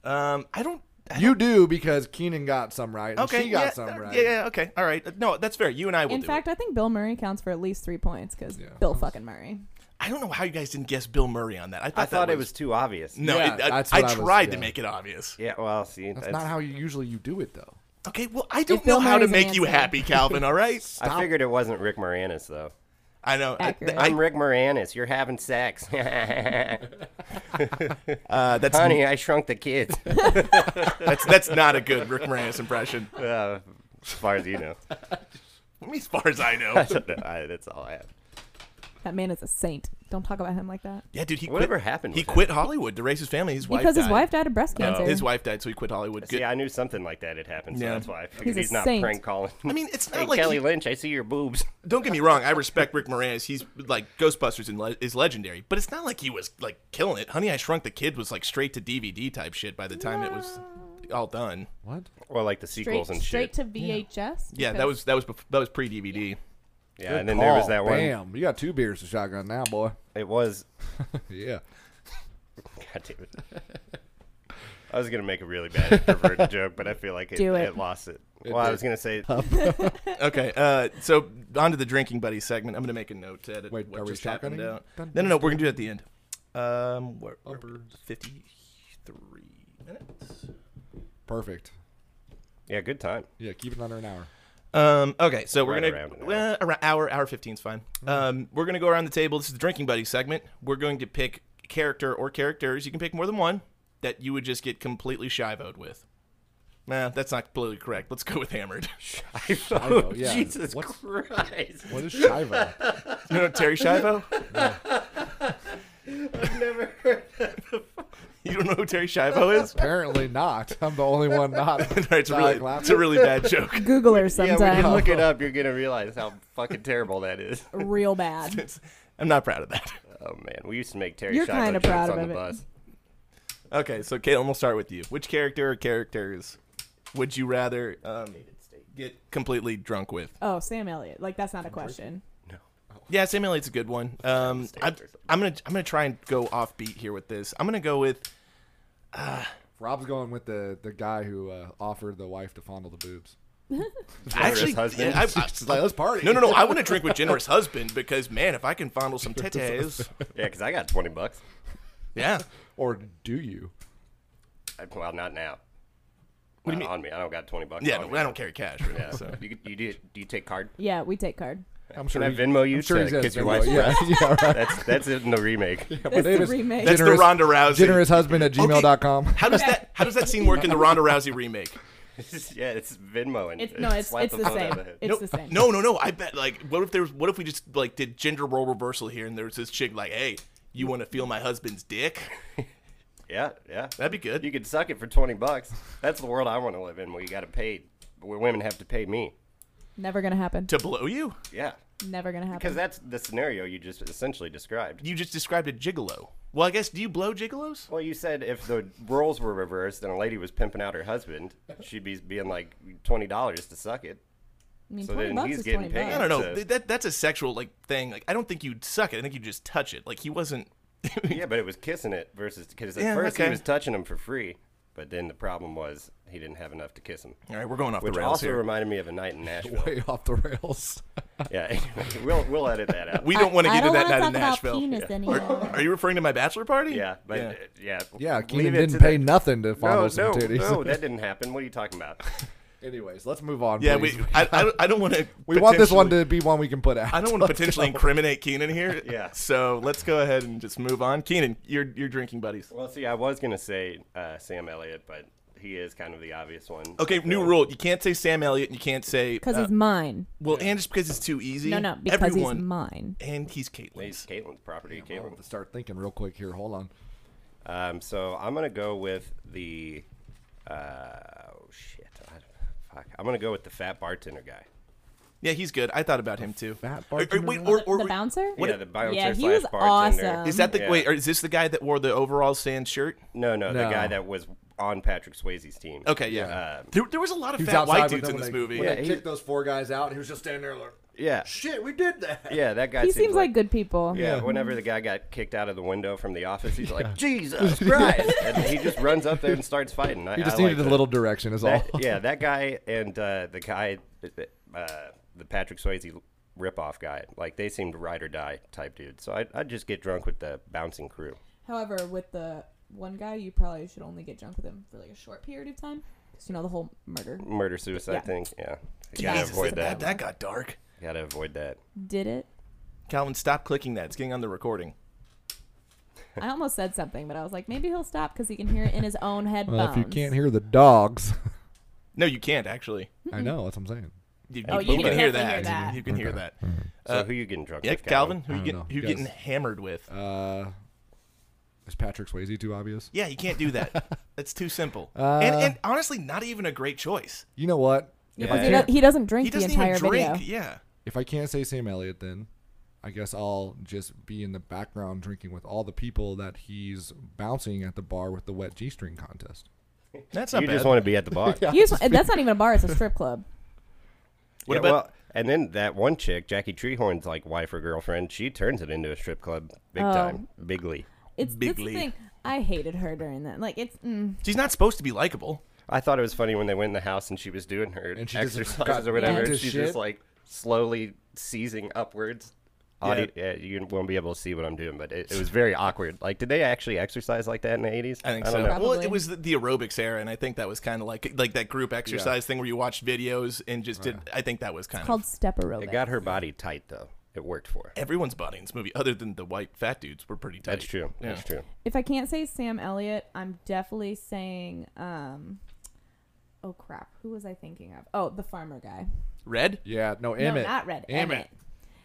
Um, I don't.
You do because Keenan got some right. And
Okay,
she got
yeah, uh,
some right.
yeah, yeah, okay, all right. No, that's fair. You and I will
In
do
fact,
it.
I think Bill Murray counts for at least three points because
Yeah.
Bill fucking Murray.
I don't know how you guys didn't guess Bill Murray on that. I thought,
I thought
that
it was too obvious.
No,
Yeah,
it, I,
that's
I
what I was-
tried to
yeah.
make it obvious.
Yeah. Well, see,
That's,
that's,
not how you usually you do it though.
Okay, well, I don't know
Bill
how to
Murray's
make
an
you
answer.
happy, Calvin. All right,
I figured it wasn't Rick Moranis though.
I know. I-
Accurate.
I-
I'm Rick Moranis. You're having sex.
uh, that's
Honey, I shrunk the kids.
that's that's not a good Rick Moranis impression.
Uh, as far as you know.
I mean, as far as I know.
I don't know. I, that's all I have.
That man is a saint. Don't talk about him like that.
Yeah, dude, he
Whatever
quit,
happened
He
with him?
quit Hollywood to raise his family. His wife
because his
died. Uh,
wife died of breast cancer.
His wife died, so he quit Hollywood. Good.
See, I knew something like that had happened, so
Yeah.
that's why I figured
He's
he's,
a
not
saint.
prank calling.
I mean, it's
hey,
not like
Kelly
he-
Lynch, I see your boobs.
don't get me wrong. I respect Rick Moranis. He's like Ghostbusters and le- is legendary, but it's not like he was like killing it. Honey, I Shrunk the Kid was like straight to DVD type shit by the time it was all done.
What?
Or like the sequels
straight,
and
straight
shit.
to VHS.
Yeah, that
because-
was that was bef- that was pre DVD.
yeah, and then there was that one.
Oh, Bam! You got two beers to shotgun now, boy.
It was.
Yeah.
God damn it. I was gonna make a really bad perverted joke, but I feel like it,
Do it.
it lost it. well, I
did.
was gonna say
Okay, uh, so on to the drinking buddy segment. I'm gonna make a note to edit
Wait,
what
are we
just happened
shotgunning?
out.
Dun,
No, no, no. We're gonna do it at the end. Um, where, where
Bumpers.
fifty-three minutes.
Perfect.
Yeah, good time.
Yeah, keep it under an hour.
Um, okay, so we're
Right
gonna
around an hour.
well, around hour hour fifteen is fine.
Mm-hmm.
Um, we're gonna go around the table. This is the drinking buddy segment. We're going to pick character or characters. You can pick more than one that you would just get completely shivoed with. Nah, that's not completely correct. Let's go with hammered.
Shivo, yeah.
Jesus
What's-
Christ!
What is Shiva?
you know Terry Shivo?
I've never heard
You don't know who Terry Shivo is?
Apparently not. I'm the only one not.
All right, it's a
Sorry,
really
clap.
it's a really bad joke.
Googler
Yeah, when
sometime.
you look it up, you're gonna realize how fucking terrible that is.
Real bad.
It's- I'm not proud of that.
Oh man, we used to make Terry
You're
Shivo
kinda
jokes
proud of
on
it.
the bus.
Okay, so Caitlin, we'll start with you. Which character or characters would you rather um, get completely drunk with?
Oh, Sam Elliott. Like that's not a question.
Yeah, Sam Elliott's a good one. Um, I, I'm gonna I'm gonna try and go off beat here with this. I'm gonna go with
Rob's going with the the guy who uh, offered the wife to fondle the boobs.
actually.
husband?
yeah, I- I-
She's like, let's party.
no, no, no. I want to drink with generous husband because man, if I can fondle some tetes,
Yeah, because I got twenty bucks.
yeah.
Or do you?
I- Well, not now. Uh,
What do you
Not
mean?
On me, I don't got twenty bucks.
Yeah,
on
no,
me.
I don't carry cash. Right now,
Yeah.
so.
You, you do? Do you take card?
Yeah, we take card.
I'm sure.
I
he-
Venmo you
I'm sure
to
he's got
kiss your
Venmo.
wife's
Yeah, yeah, right.
That's that's it in the remake.
My
That's
name
the
is
remake.
That's
generous-
the Ronda Rousey.
Generous husband at gmail.com.
How does that How does that scene work in the Ronda Rousey remake?
yeah, it's Venmo and
It's, no, it's
slap
it's the
fuck out
same.
of it.
It's
Nope.
the same.
No, no, no. I bet. Like, what if there was? What if we just like did gender role reversal here, and there was this chick like, "Hey, you want to feel my husband's dick?"
Yeah, yeah.
That'd be good.
You could suck it for twenty bucks. That's the world I want to live in, where you got to pay, where women have to pay me.
Never gonna happen.
to blow you.
Yeah,
Never gonna happen.
because that's the scenario you just essentially described.
You just described a gigolo. Well, I guess do you blow gigolos?
Well, you said if the roles were reversed and a lady was pimping out her husband, she'd be being like twenty dollars to suck it.
I mean,
so
twenty
then
bucks
he's
is
getting
twenty
paid.
I
bucks.
don't know.
It's a-
Th- That that's a sexual like thing. Like, I don't think you'd suck it. I think you just touch it. Like he wasn't.
Yeah, but it was kissing it versus because at
Yeah,
first
okay.
he was touching him for free, but then the problem was he didn't have enough to kiss him.
All right, we're going off
Which
the rails
also
here.
reminded me of a night in Nashville.
Way off the rails.
Yeah, anyway, we'll we'll edit that out.
we don't want to
I
get to
don't
that
wanna
night
talk
in
about
Nashville.
penis
Are,
anymore.
are you referring to my bachelor party?
yeah, but uh, yeah,
Yeah,
leave
Keenan
it
didn't
to
pay
the-
nothing to fondle
No,
some
no,
titties.
no, that didn't happen. What are you talking about?
Anyways, let's move on.
yeah.
please.
We I, I, don't- I don't want to.
We want this one to be one we can put out.
I don't want to potentially incriminate Keenan here.
Yeah.
So let's go ahead and just move on. Keenan, you're you're drinking buddies.
Well, see, I was gonna say uh, Sam Elliott, but he is kind of the obvious one.
Okay,
So-
new rule. You can't say Sam Elliott. and You can't say.
Because
uh,
he's mine.
well, and just because it's too easy.
No, no, because
everyone,
he's mine.
And he's Caitlyn's.
He's Caitlin's property.
I'll
Caitlin.
have to start thinking real quick here. Hold on.
Um, so I'm gonna go with the. Uh, oh shit! I, fuck! I'm gonna go with the fat bartender guy.
Yeah, he's good. I thought about him too.
fat
Or- or-
bartender
wait,
guy?
or- or-
the bouncer.
What-
yeah, the bouncer
yeah, he
slash
was
bartender.
awesome.
Is that the
Yeah.
wait? Or is this the guy that wore the overall sand shirt?
No, no,
No.
the guy that was on Patrick Swayze's team.
Okay, yeah.
Um,
there, there was a lot of
He was
fat
outside
white
with
dudes
them
in
when
this
they-
movie.
When
Yeah,
they
he-
kicked those four guys out, and he was just standing there like,
yeah,
"Shit, we did that."
yeah. That guy.
He seems like good people.
Yeah, whenever the guy got kicked out of the window from the office, he's like, Jesus Christ! and he just runs up there and starts fighting. I,
He just
I like
needed a
that.
little direction, is all.
That- yeah, that guy and uh, the guy, uh, the Patrick Swayze ripoff guy, like they seemed ride or die type dude. So I, I'd just get drunk with the bouncing crew.
However, with the one guy, you probably should only get drunk with him for like a short period of time. Because you know the whole murder.
Murder suicide
Yeah.
thing. Yeah. You gotta
Jesus,
avoid
that,
that.
that got dark.
Gotta avoid that.
Did it?
Calvin, stop clicking that. It's getting on the recording.
I almost said something, but I was like, maybe he'll stop because he can hear it in his own head
Well,
bones.
if you can't hear the dogs,
No, you can't actually.
I know that's what I'm saying.
You,
Oh, you can definitely hear that.
You can hear that.
So
Uh,
who you getting drunk
Yeah,
with?
Calvin, who
I
you
don't
get,
know.
who you
Guess.
getting hammered with?
Uh, is Patrick Swayze too obvious?
Yeah, you can't do that. That's too simple. and, and honestly, not even a great choice.
You know what?
Yeah,
Yeah.
because he, does, he doesn't drink
He doesn't
the entire
even drink.
video.
Yeah.
If I can't say Sam Elliott, then I guess I'll just be in the background drinking with all the people that he's bouncing at the bar with the wet g-string contest.
That's not
You
bad.
just want to be at the bar. yeah.
You just- that's not even a bar; it's a strip club.
What about-
well, and then that one chick, Jackie Treehorn's like wife or girlfriend, she turns it into a strip club big
Oh.
time, bigly.
It's
Big
that's the
league.
thing. I hated her during that. Like it's mm,
She's not supposed to be likable.
I thought it was funny when they went in the house and she was doing her
And she just
exercises
got
or whatever.
into
and she's just
shit.
like slowly seizing upwards. Audi- yeah, you won't be able to see what I'm doing, but it, it was very awkward. Like, did they actually exercise like that in the 80s?
I think
don't
so.
know.
Well,
Probably.
it was the, the aerobics era, and I think that was kind of like like that group exercise thing where you watched videos and just did. I think that was kind
called
of
step aerobic.
It got her body tight though. It worked for her.
everyone's body in this movie, other than the white fat dudes, were pretty tight.
That's true. That's true.
if I can't say Sam Elliott, I'm definitely saying um, oh crap, who was I thinking of? Oh, the farmer guy.
Red.
Yeah,
No,
no, Emmett.
not Red.
Emmett.
Emmett.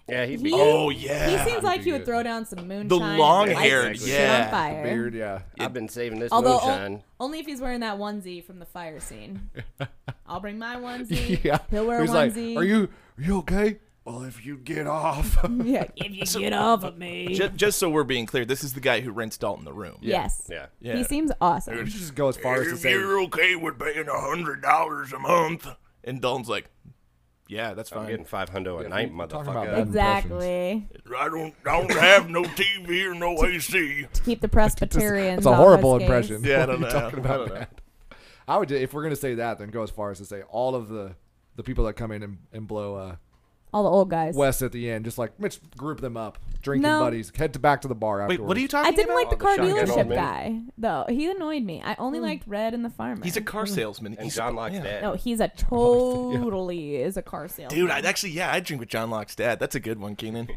Yeah, he'd
He-
be.
Oh
He
yeah.
seems like he would throw down some moonshine.
long-haired,
light some shit
yeah.
On fire.
Beard, yeah.
I've been saving this
Although
oh,
o-
moonshine.
only if he's wearing that onesie from the fire scene. I'll bring my onesie.
yeah.
He'll wear a
He's like,
onesie.
"Are you are you okay?" Well, if you get off.
Yeah, if you get off of me.
Just, just so we're being clear, this is the guy who rents Dalton the room.
yes.
yeah.
Yeah.
He seems awesome.
You should just go as far as to say,
okay with paying a hundred dollars a month, and Dalton's like, "Yeah, that's
I'm getting five hundo a night,
talking about
motherfucker.
that.
Exactly.
I don't don't have no TV or no AC."
To keep the Presbyterians.
"It's a
off
horrible
us gays.
impression."
Yeah, I
What
don't
are
know.
you talking
I
about
don't know.
that? I would, do- if we're gonna say that, then go as far as to say all of the the people that come in and, and blow uh,
all the old guys.
Wes at the end, just like let's group them up, drinking
No.
buddies, head to back to the bar afterwards.
Wait, what are you
I
talking
didn't
about?
like the
Oh, the
car
shotgun old
dealership
man.
guy though. He annoyed me. I
Hmm.
only liked Red and the farmer.
He's a car
Mm.
salesman.
And
He's-
John Locke's
yeah.
dad.
no. He's a totally is a car salesman.
Dude, I actually yeah, I drink with John Locke's dad. That's a good one, Keenan.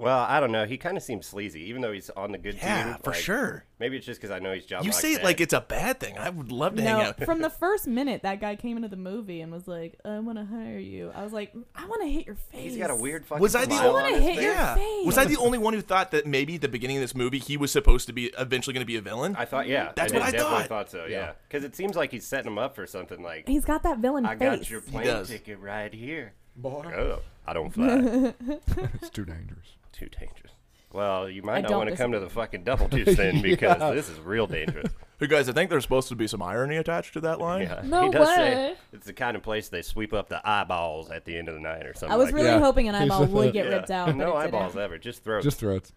Well, I don't know. He kind of seems sleazy, even though he's on the good team.
Yeah, for
like,
sure.
Maybe it's just because I know he's John.
You
Locke's
say it
dad.
like it's a bad thing. I would love to hang
No,
out.
from the first minute that guy came into the movie and was like, "I want to hire you," I was like, "I want to hit your face."
He's got a weird fucking.
Was I the
smile
only-
on
I
his
wanna hit
face.
your
Yeah.
face.
Was I the only one who thought that maybe at the beginning of this movie he was supposed to be eventually going to be a villain?
I thought, yeah.
That's
I
what
did-
I
definitely
thought.
so, yeah. Because it seems like he's setting him up for something like,
He's got that villain
I
face.
got your plane
does.
ticket right here.
Boy.
Oh, I don't fly.
It's too dangerous.
Too dangerous. Well, you might
I
not
don't
want to come to
disagree.
the fucking double deuce then because this is real dangerous.
Hey guys, I think there's supposed to be some irony attached to that line.
Yeah.
No
he does
way.
say it's the kind of place they sweep up the eyeballs at the end of the night or something
I was
like
really
Yeah.
hoping an eyeball would get
that.
ripped out. But
no
it
eyeballs
Didn't.
ever. Just throw
Just throats.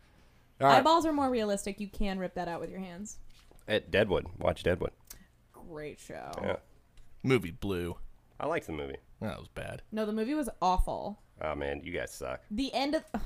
All right.
Eyeballs are more realistic. You can rip that out with your hands.
at Deadwood. Watch Deadwood.
Great show.
Yeah.
Movie Blue.
I like the movie.
That was bad.
No, the movie was awful.
Oh man, you guys suck.
The end of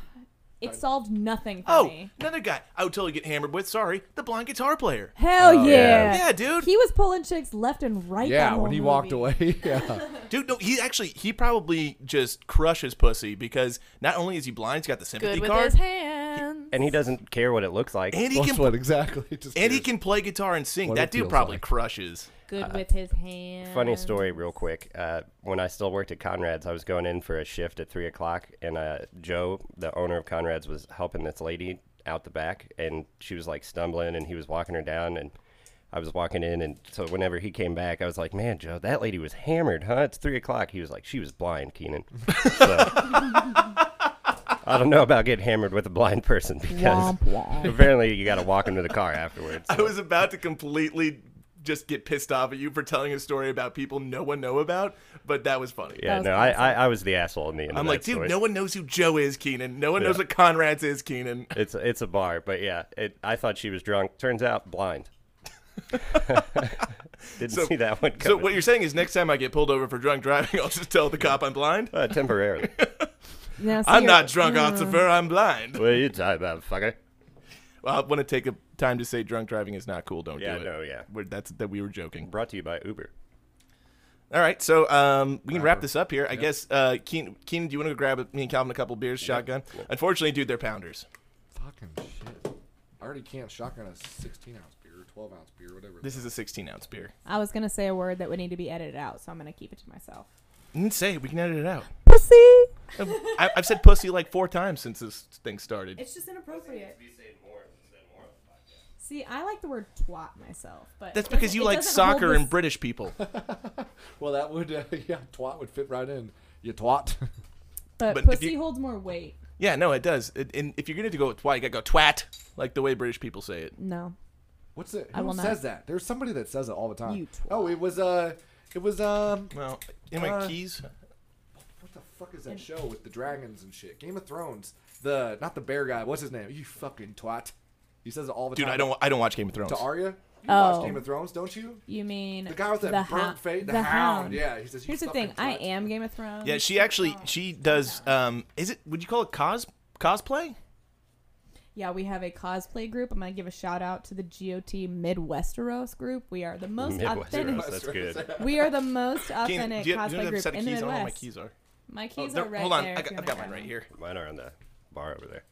it solved nothing for
Oh,
me.
another guy I would totally get hammered with. Sorry, the blind guitar player.
Hell yeah.
yeah.
Yeah, dude.
He was pulling chicks left and right. that
yeah,
whole
when he walked
movie.
away. Yeah.
Dude, no, he actually he probably just crushes pussy because not only is he blind, he's got the sympathy
Good with
card,
his hands.
And he doesn't care what it looks like.
and he
That's
can
what exactly. Just
and he
curious.
can play guitar and sing.
What
that
it
dude
feels
probably
like.
crushes.
Good with his hands.
Funny story, real quick. Uh, when I still worked at Conrad's, I was going in for a shift at three o'clock, and uh, Joe, the owner of Conrad's, was helping this lady out the back, and she was like stumbling, and he was walking her down, and I was walking in, and so whenever he came back, I was like, "Man, Joe, that lady was hammered, huh? It's three o'clock." He was like, "She was blind, Keenan." So, I don't know about getting hammered with a blind person because apparently you got to walk into the car afterwards.
I was about to completely just get pissed off at you for telling a story about people no one know about, but that was funny.
yeah,
was
no, I, I I was the asshole in the end. of
I'm
that
like, dude,
story.
no one knows who Joe is, Keenan. No one knows
Yeah.
what Conrad's is, Keenan.
It's it's a bar, but yeah, it, I thought she was drunk. Turns out blind. Didn't
So-
see that one coming.
So what you're saying is, next time I get pulled over for drunk driving, I'll just tell the cop I'm blind.
uh, temporarily.
Now, see,
I'm
you're- Mm.
not drunk,
Mm.
officer. I'm blind.
what are you talking about, fucker?
Well, I want to take a time to say drunk driving is not cool. Don't
Yeah,
do it.
no, yeah.
We're, that's that we were joking.
Brought to you by Uber.
All right, so um, we can wrap this up here. I guess, uh, Keen, Keen, do you want to go grab me and Calvin a couple beers, shotgun? Unfortunately, dude, they're pounders.
Fucking shit. I already can't shotgun a 16 ounce beer, 12 ounce beer, whatever.
This is a 16 ounce beer.
I was gonna say a word that would need to be edited out, so I'm gonna keep it to myself.
Mm, Say it, we can edit it out.
Pussy.
I, I've said pussy like four times since this thing started.
It's just inappropriate. See, I like the word twat myself, but
That's
it
because
doesn't-
you
it
like
doesn't hold
soccer
this-
and British people.
well, that would, uh, yeah, twat would fit right in. You twat.
But,
but if
pussy
you-
holds more weight.
Yeah, no, it does. It, and if you're going to go with twat, you got to go twat, like the way British people say it.
No,
What's it?
I
Who
will
says
not.
that? There's somebody that says it all the time.
You twat.
Oh, it was, uh, it was, um,
Well, anyway,
Uh,
keys.
what the fuck is that show with the dragons and shit? Game of Thrones. The, not the bear guy. What's his name? You fucking twat. He says it all the
Dude,
time.
I don't, I don't watch Game of Thrones.
To Arya? You
Oh.
watch Game of Thrones, don't you?
you mean
The guy with that
hou-
burnt face, the,
the
hound. Yeah, he says. "You
Here's the
fucking
thing. I
twat."
am Game of Thrones. Oh.
Yeah, she actually she does. Um, is it? Would you call it cos cosplay?
Yeah, we have a cosplay group. I'm gonna give a shout out to the GOT Midwesteros group. We are the most authentic.
Midwesteros, that's good.
We are the most
Keenan,
authentic
do you, do you
cosplay
have a
group
set of
in the
keys? I don't
Midwest.
know where my keys are.
My
Oh,
keys
they're-
are right
hold on,
there.
I
if you
got, I've
wanna
got
grab
mine right
them.
here.
Mine are on the bar over there.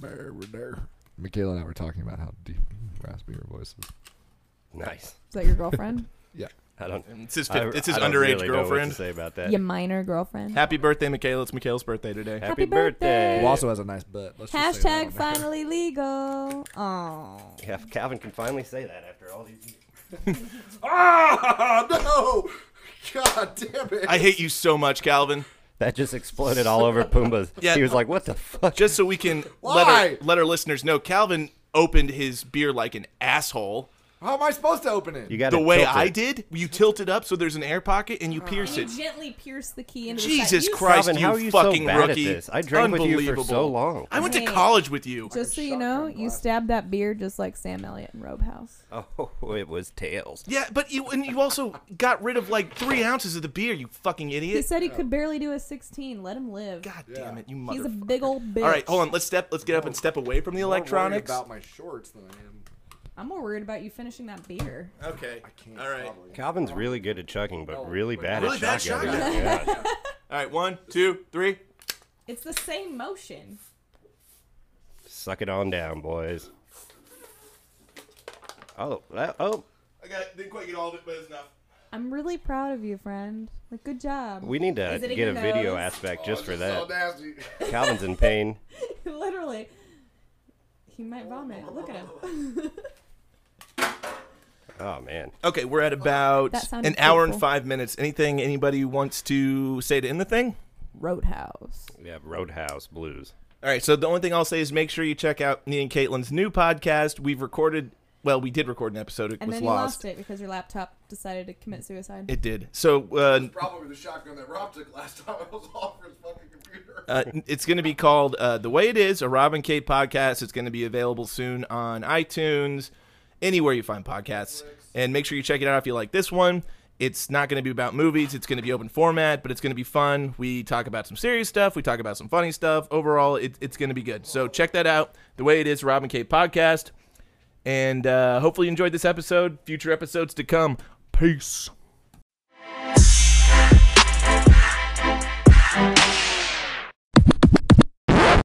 There, we're there. Michaela and I were talking about how deep raspy her voice is.
Nice.
Is that your girlfriend?
Yeah.
I don't.
It's his,
I,
fif- it's his
I don't
underage
really know what
girlfriend.
to say about that.
Your minor girlfriend.
Happy birthday, Michaela. It's Michaela's birthday today.
Happy
Happy birthday.
birthday.
Who also has a nice butt. Let's just say that
Hashtag
on there.
finally legal. Oh.
Yeah, if Calvin can finally say that after all these years.
Ah no! God damn it!
I hate you so much, Calvin.
That just exploded all over Pumbaa's.
Yeah.
He was like, "What the fuck?"
Just so we can let
Why?
our, let our listeners know, Calvin opened his beer like an asshole.
How am I supposed to open it?
You got
The way I did, you tilt it up so there's an air pocket and you pierce
You
it.
gently pierce the key into the side.
Jesus
You
Christ,
Robin,
you,
how are you so
fucking
bad at
rookie!
this? I drank with you for
Unbelievable.
so long.
I went to
Hey.
college with you.
Just so you know, you stabbed that beer just like Sam Elliott and Robe House.
Oh, it was tails.
Yeah, but you and you also got rid of like three ounces of the beer. You fucking
He
idiot!
said he could barely do a 16. Let him live.
Oh. God damn it, you motherfucker!
He's a big old bitch.
All right, hold on. Let's step. Let's get up and step away from the
I'm more worried
electronics.
about my shorts than I am.
I'm more worried about you finishing that beer.
Okay.
Can't
All right.
probably.
Calvin's really good at chugging, but really bad
Oh, Really bad
at shotgun.
shotgun.
Yeah.
All right. One, two, three.
It's the same motion.
Suck it on down, boys. Oh, that, oh,
I got. Didn't quite get all of it, but it's enough.
I'm really proud of you, friend. Like, good job.
we need to
Is it in
get a
your
video
nose?
aspect
Oh,
just for
This is
that.
So nasty.
Calvin's in pain.
Literally. He might vomit. Look at him.
Oh man,
Okay, we're at about
That sounded
an hour and
painful.
five minutes. Anything anybody wants to say to end the thing?
Roadhouse.
yeah, Roadhouse Blues.
All right. So the only thing I'll say is make sure you check out me and Caitlin's new podcast. We've recorded. Well, we did record an episode. It
And
was
then you
lost.
lost it because your laptop decided to commit suicide.
It did. So uh,
Probably the shotgun that Rob took last time I was off his fucking computer.
Uh, it's going to be called uh, The Way It Is, a Robin Kate podcast. It's going to be available soon on iTunes, anywhere you find podcasts. And make sure you check it out if you like this one. It's not going to be about movies. It's going to be open format, but it's going to be fun. We talk about some serious stuff. We talk about some funny stuff. Overall, it, it's going to be good. So check that out. The Way It Is, Robin Kate podcast. And uh, hopefully you enjoyed this episode. Future episodes to come. Peace.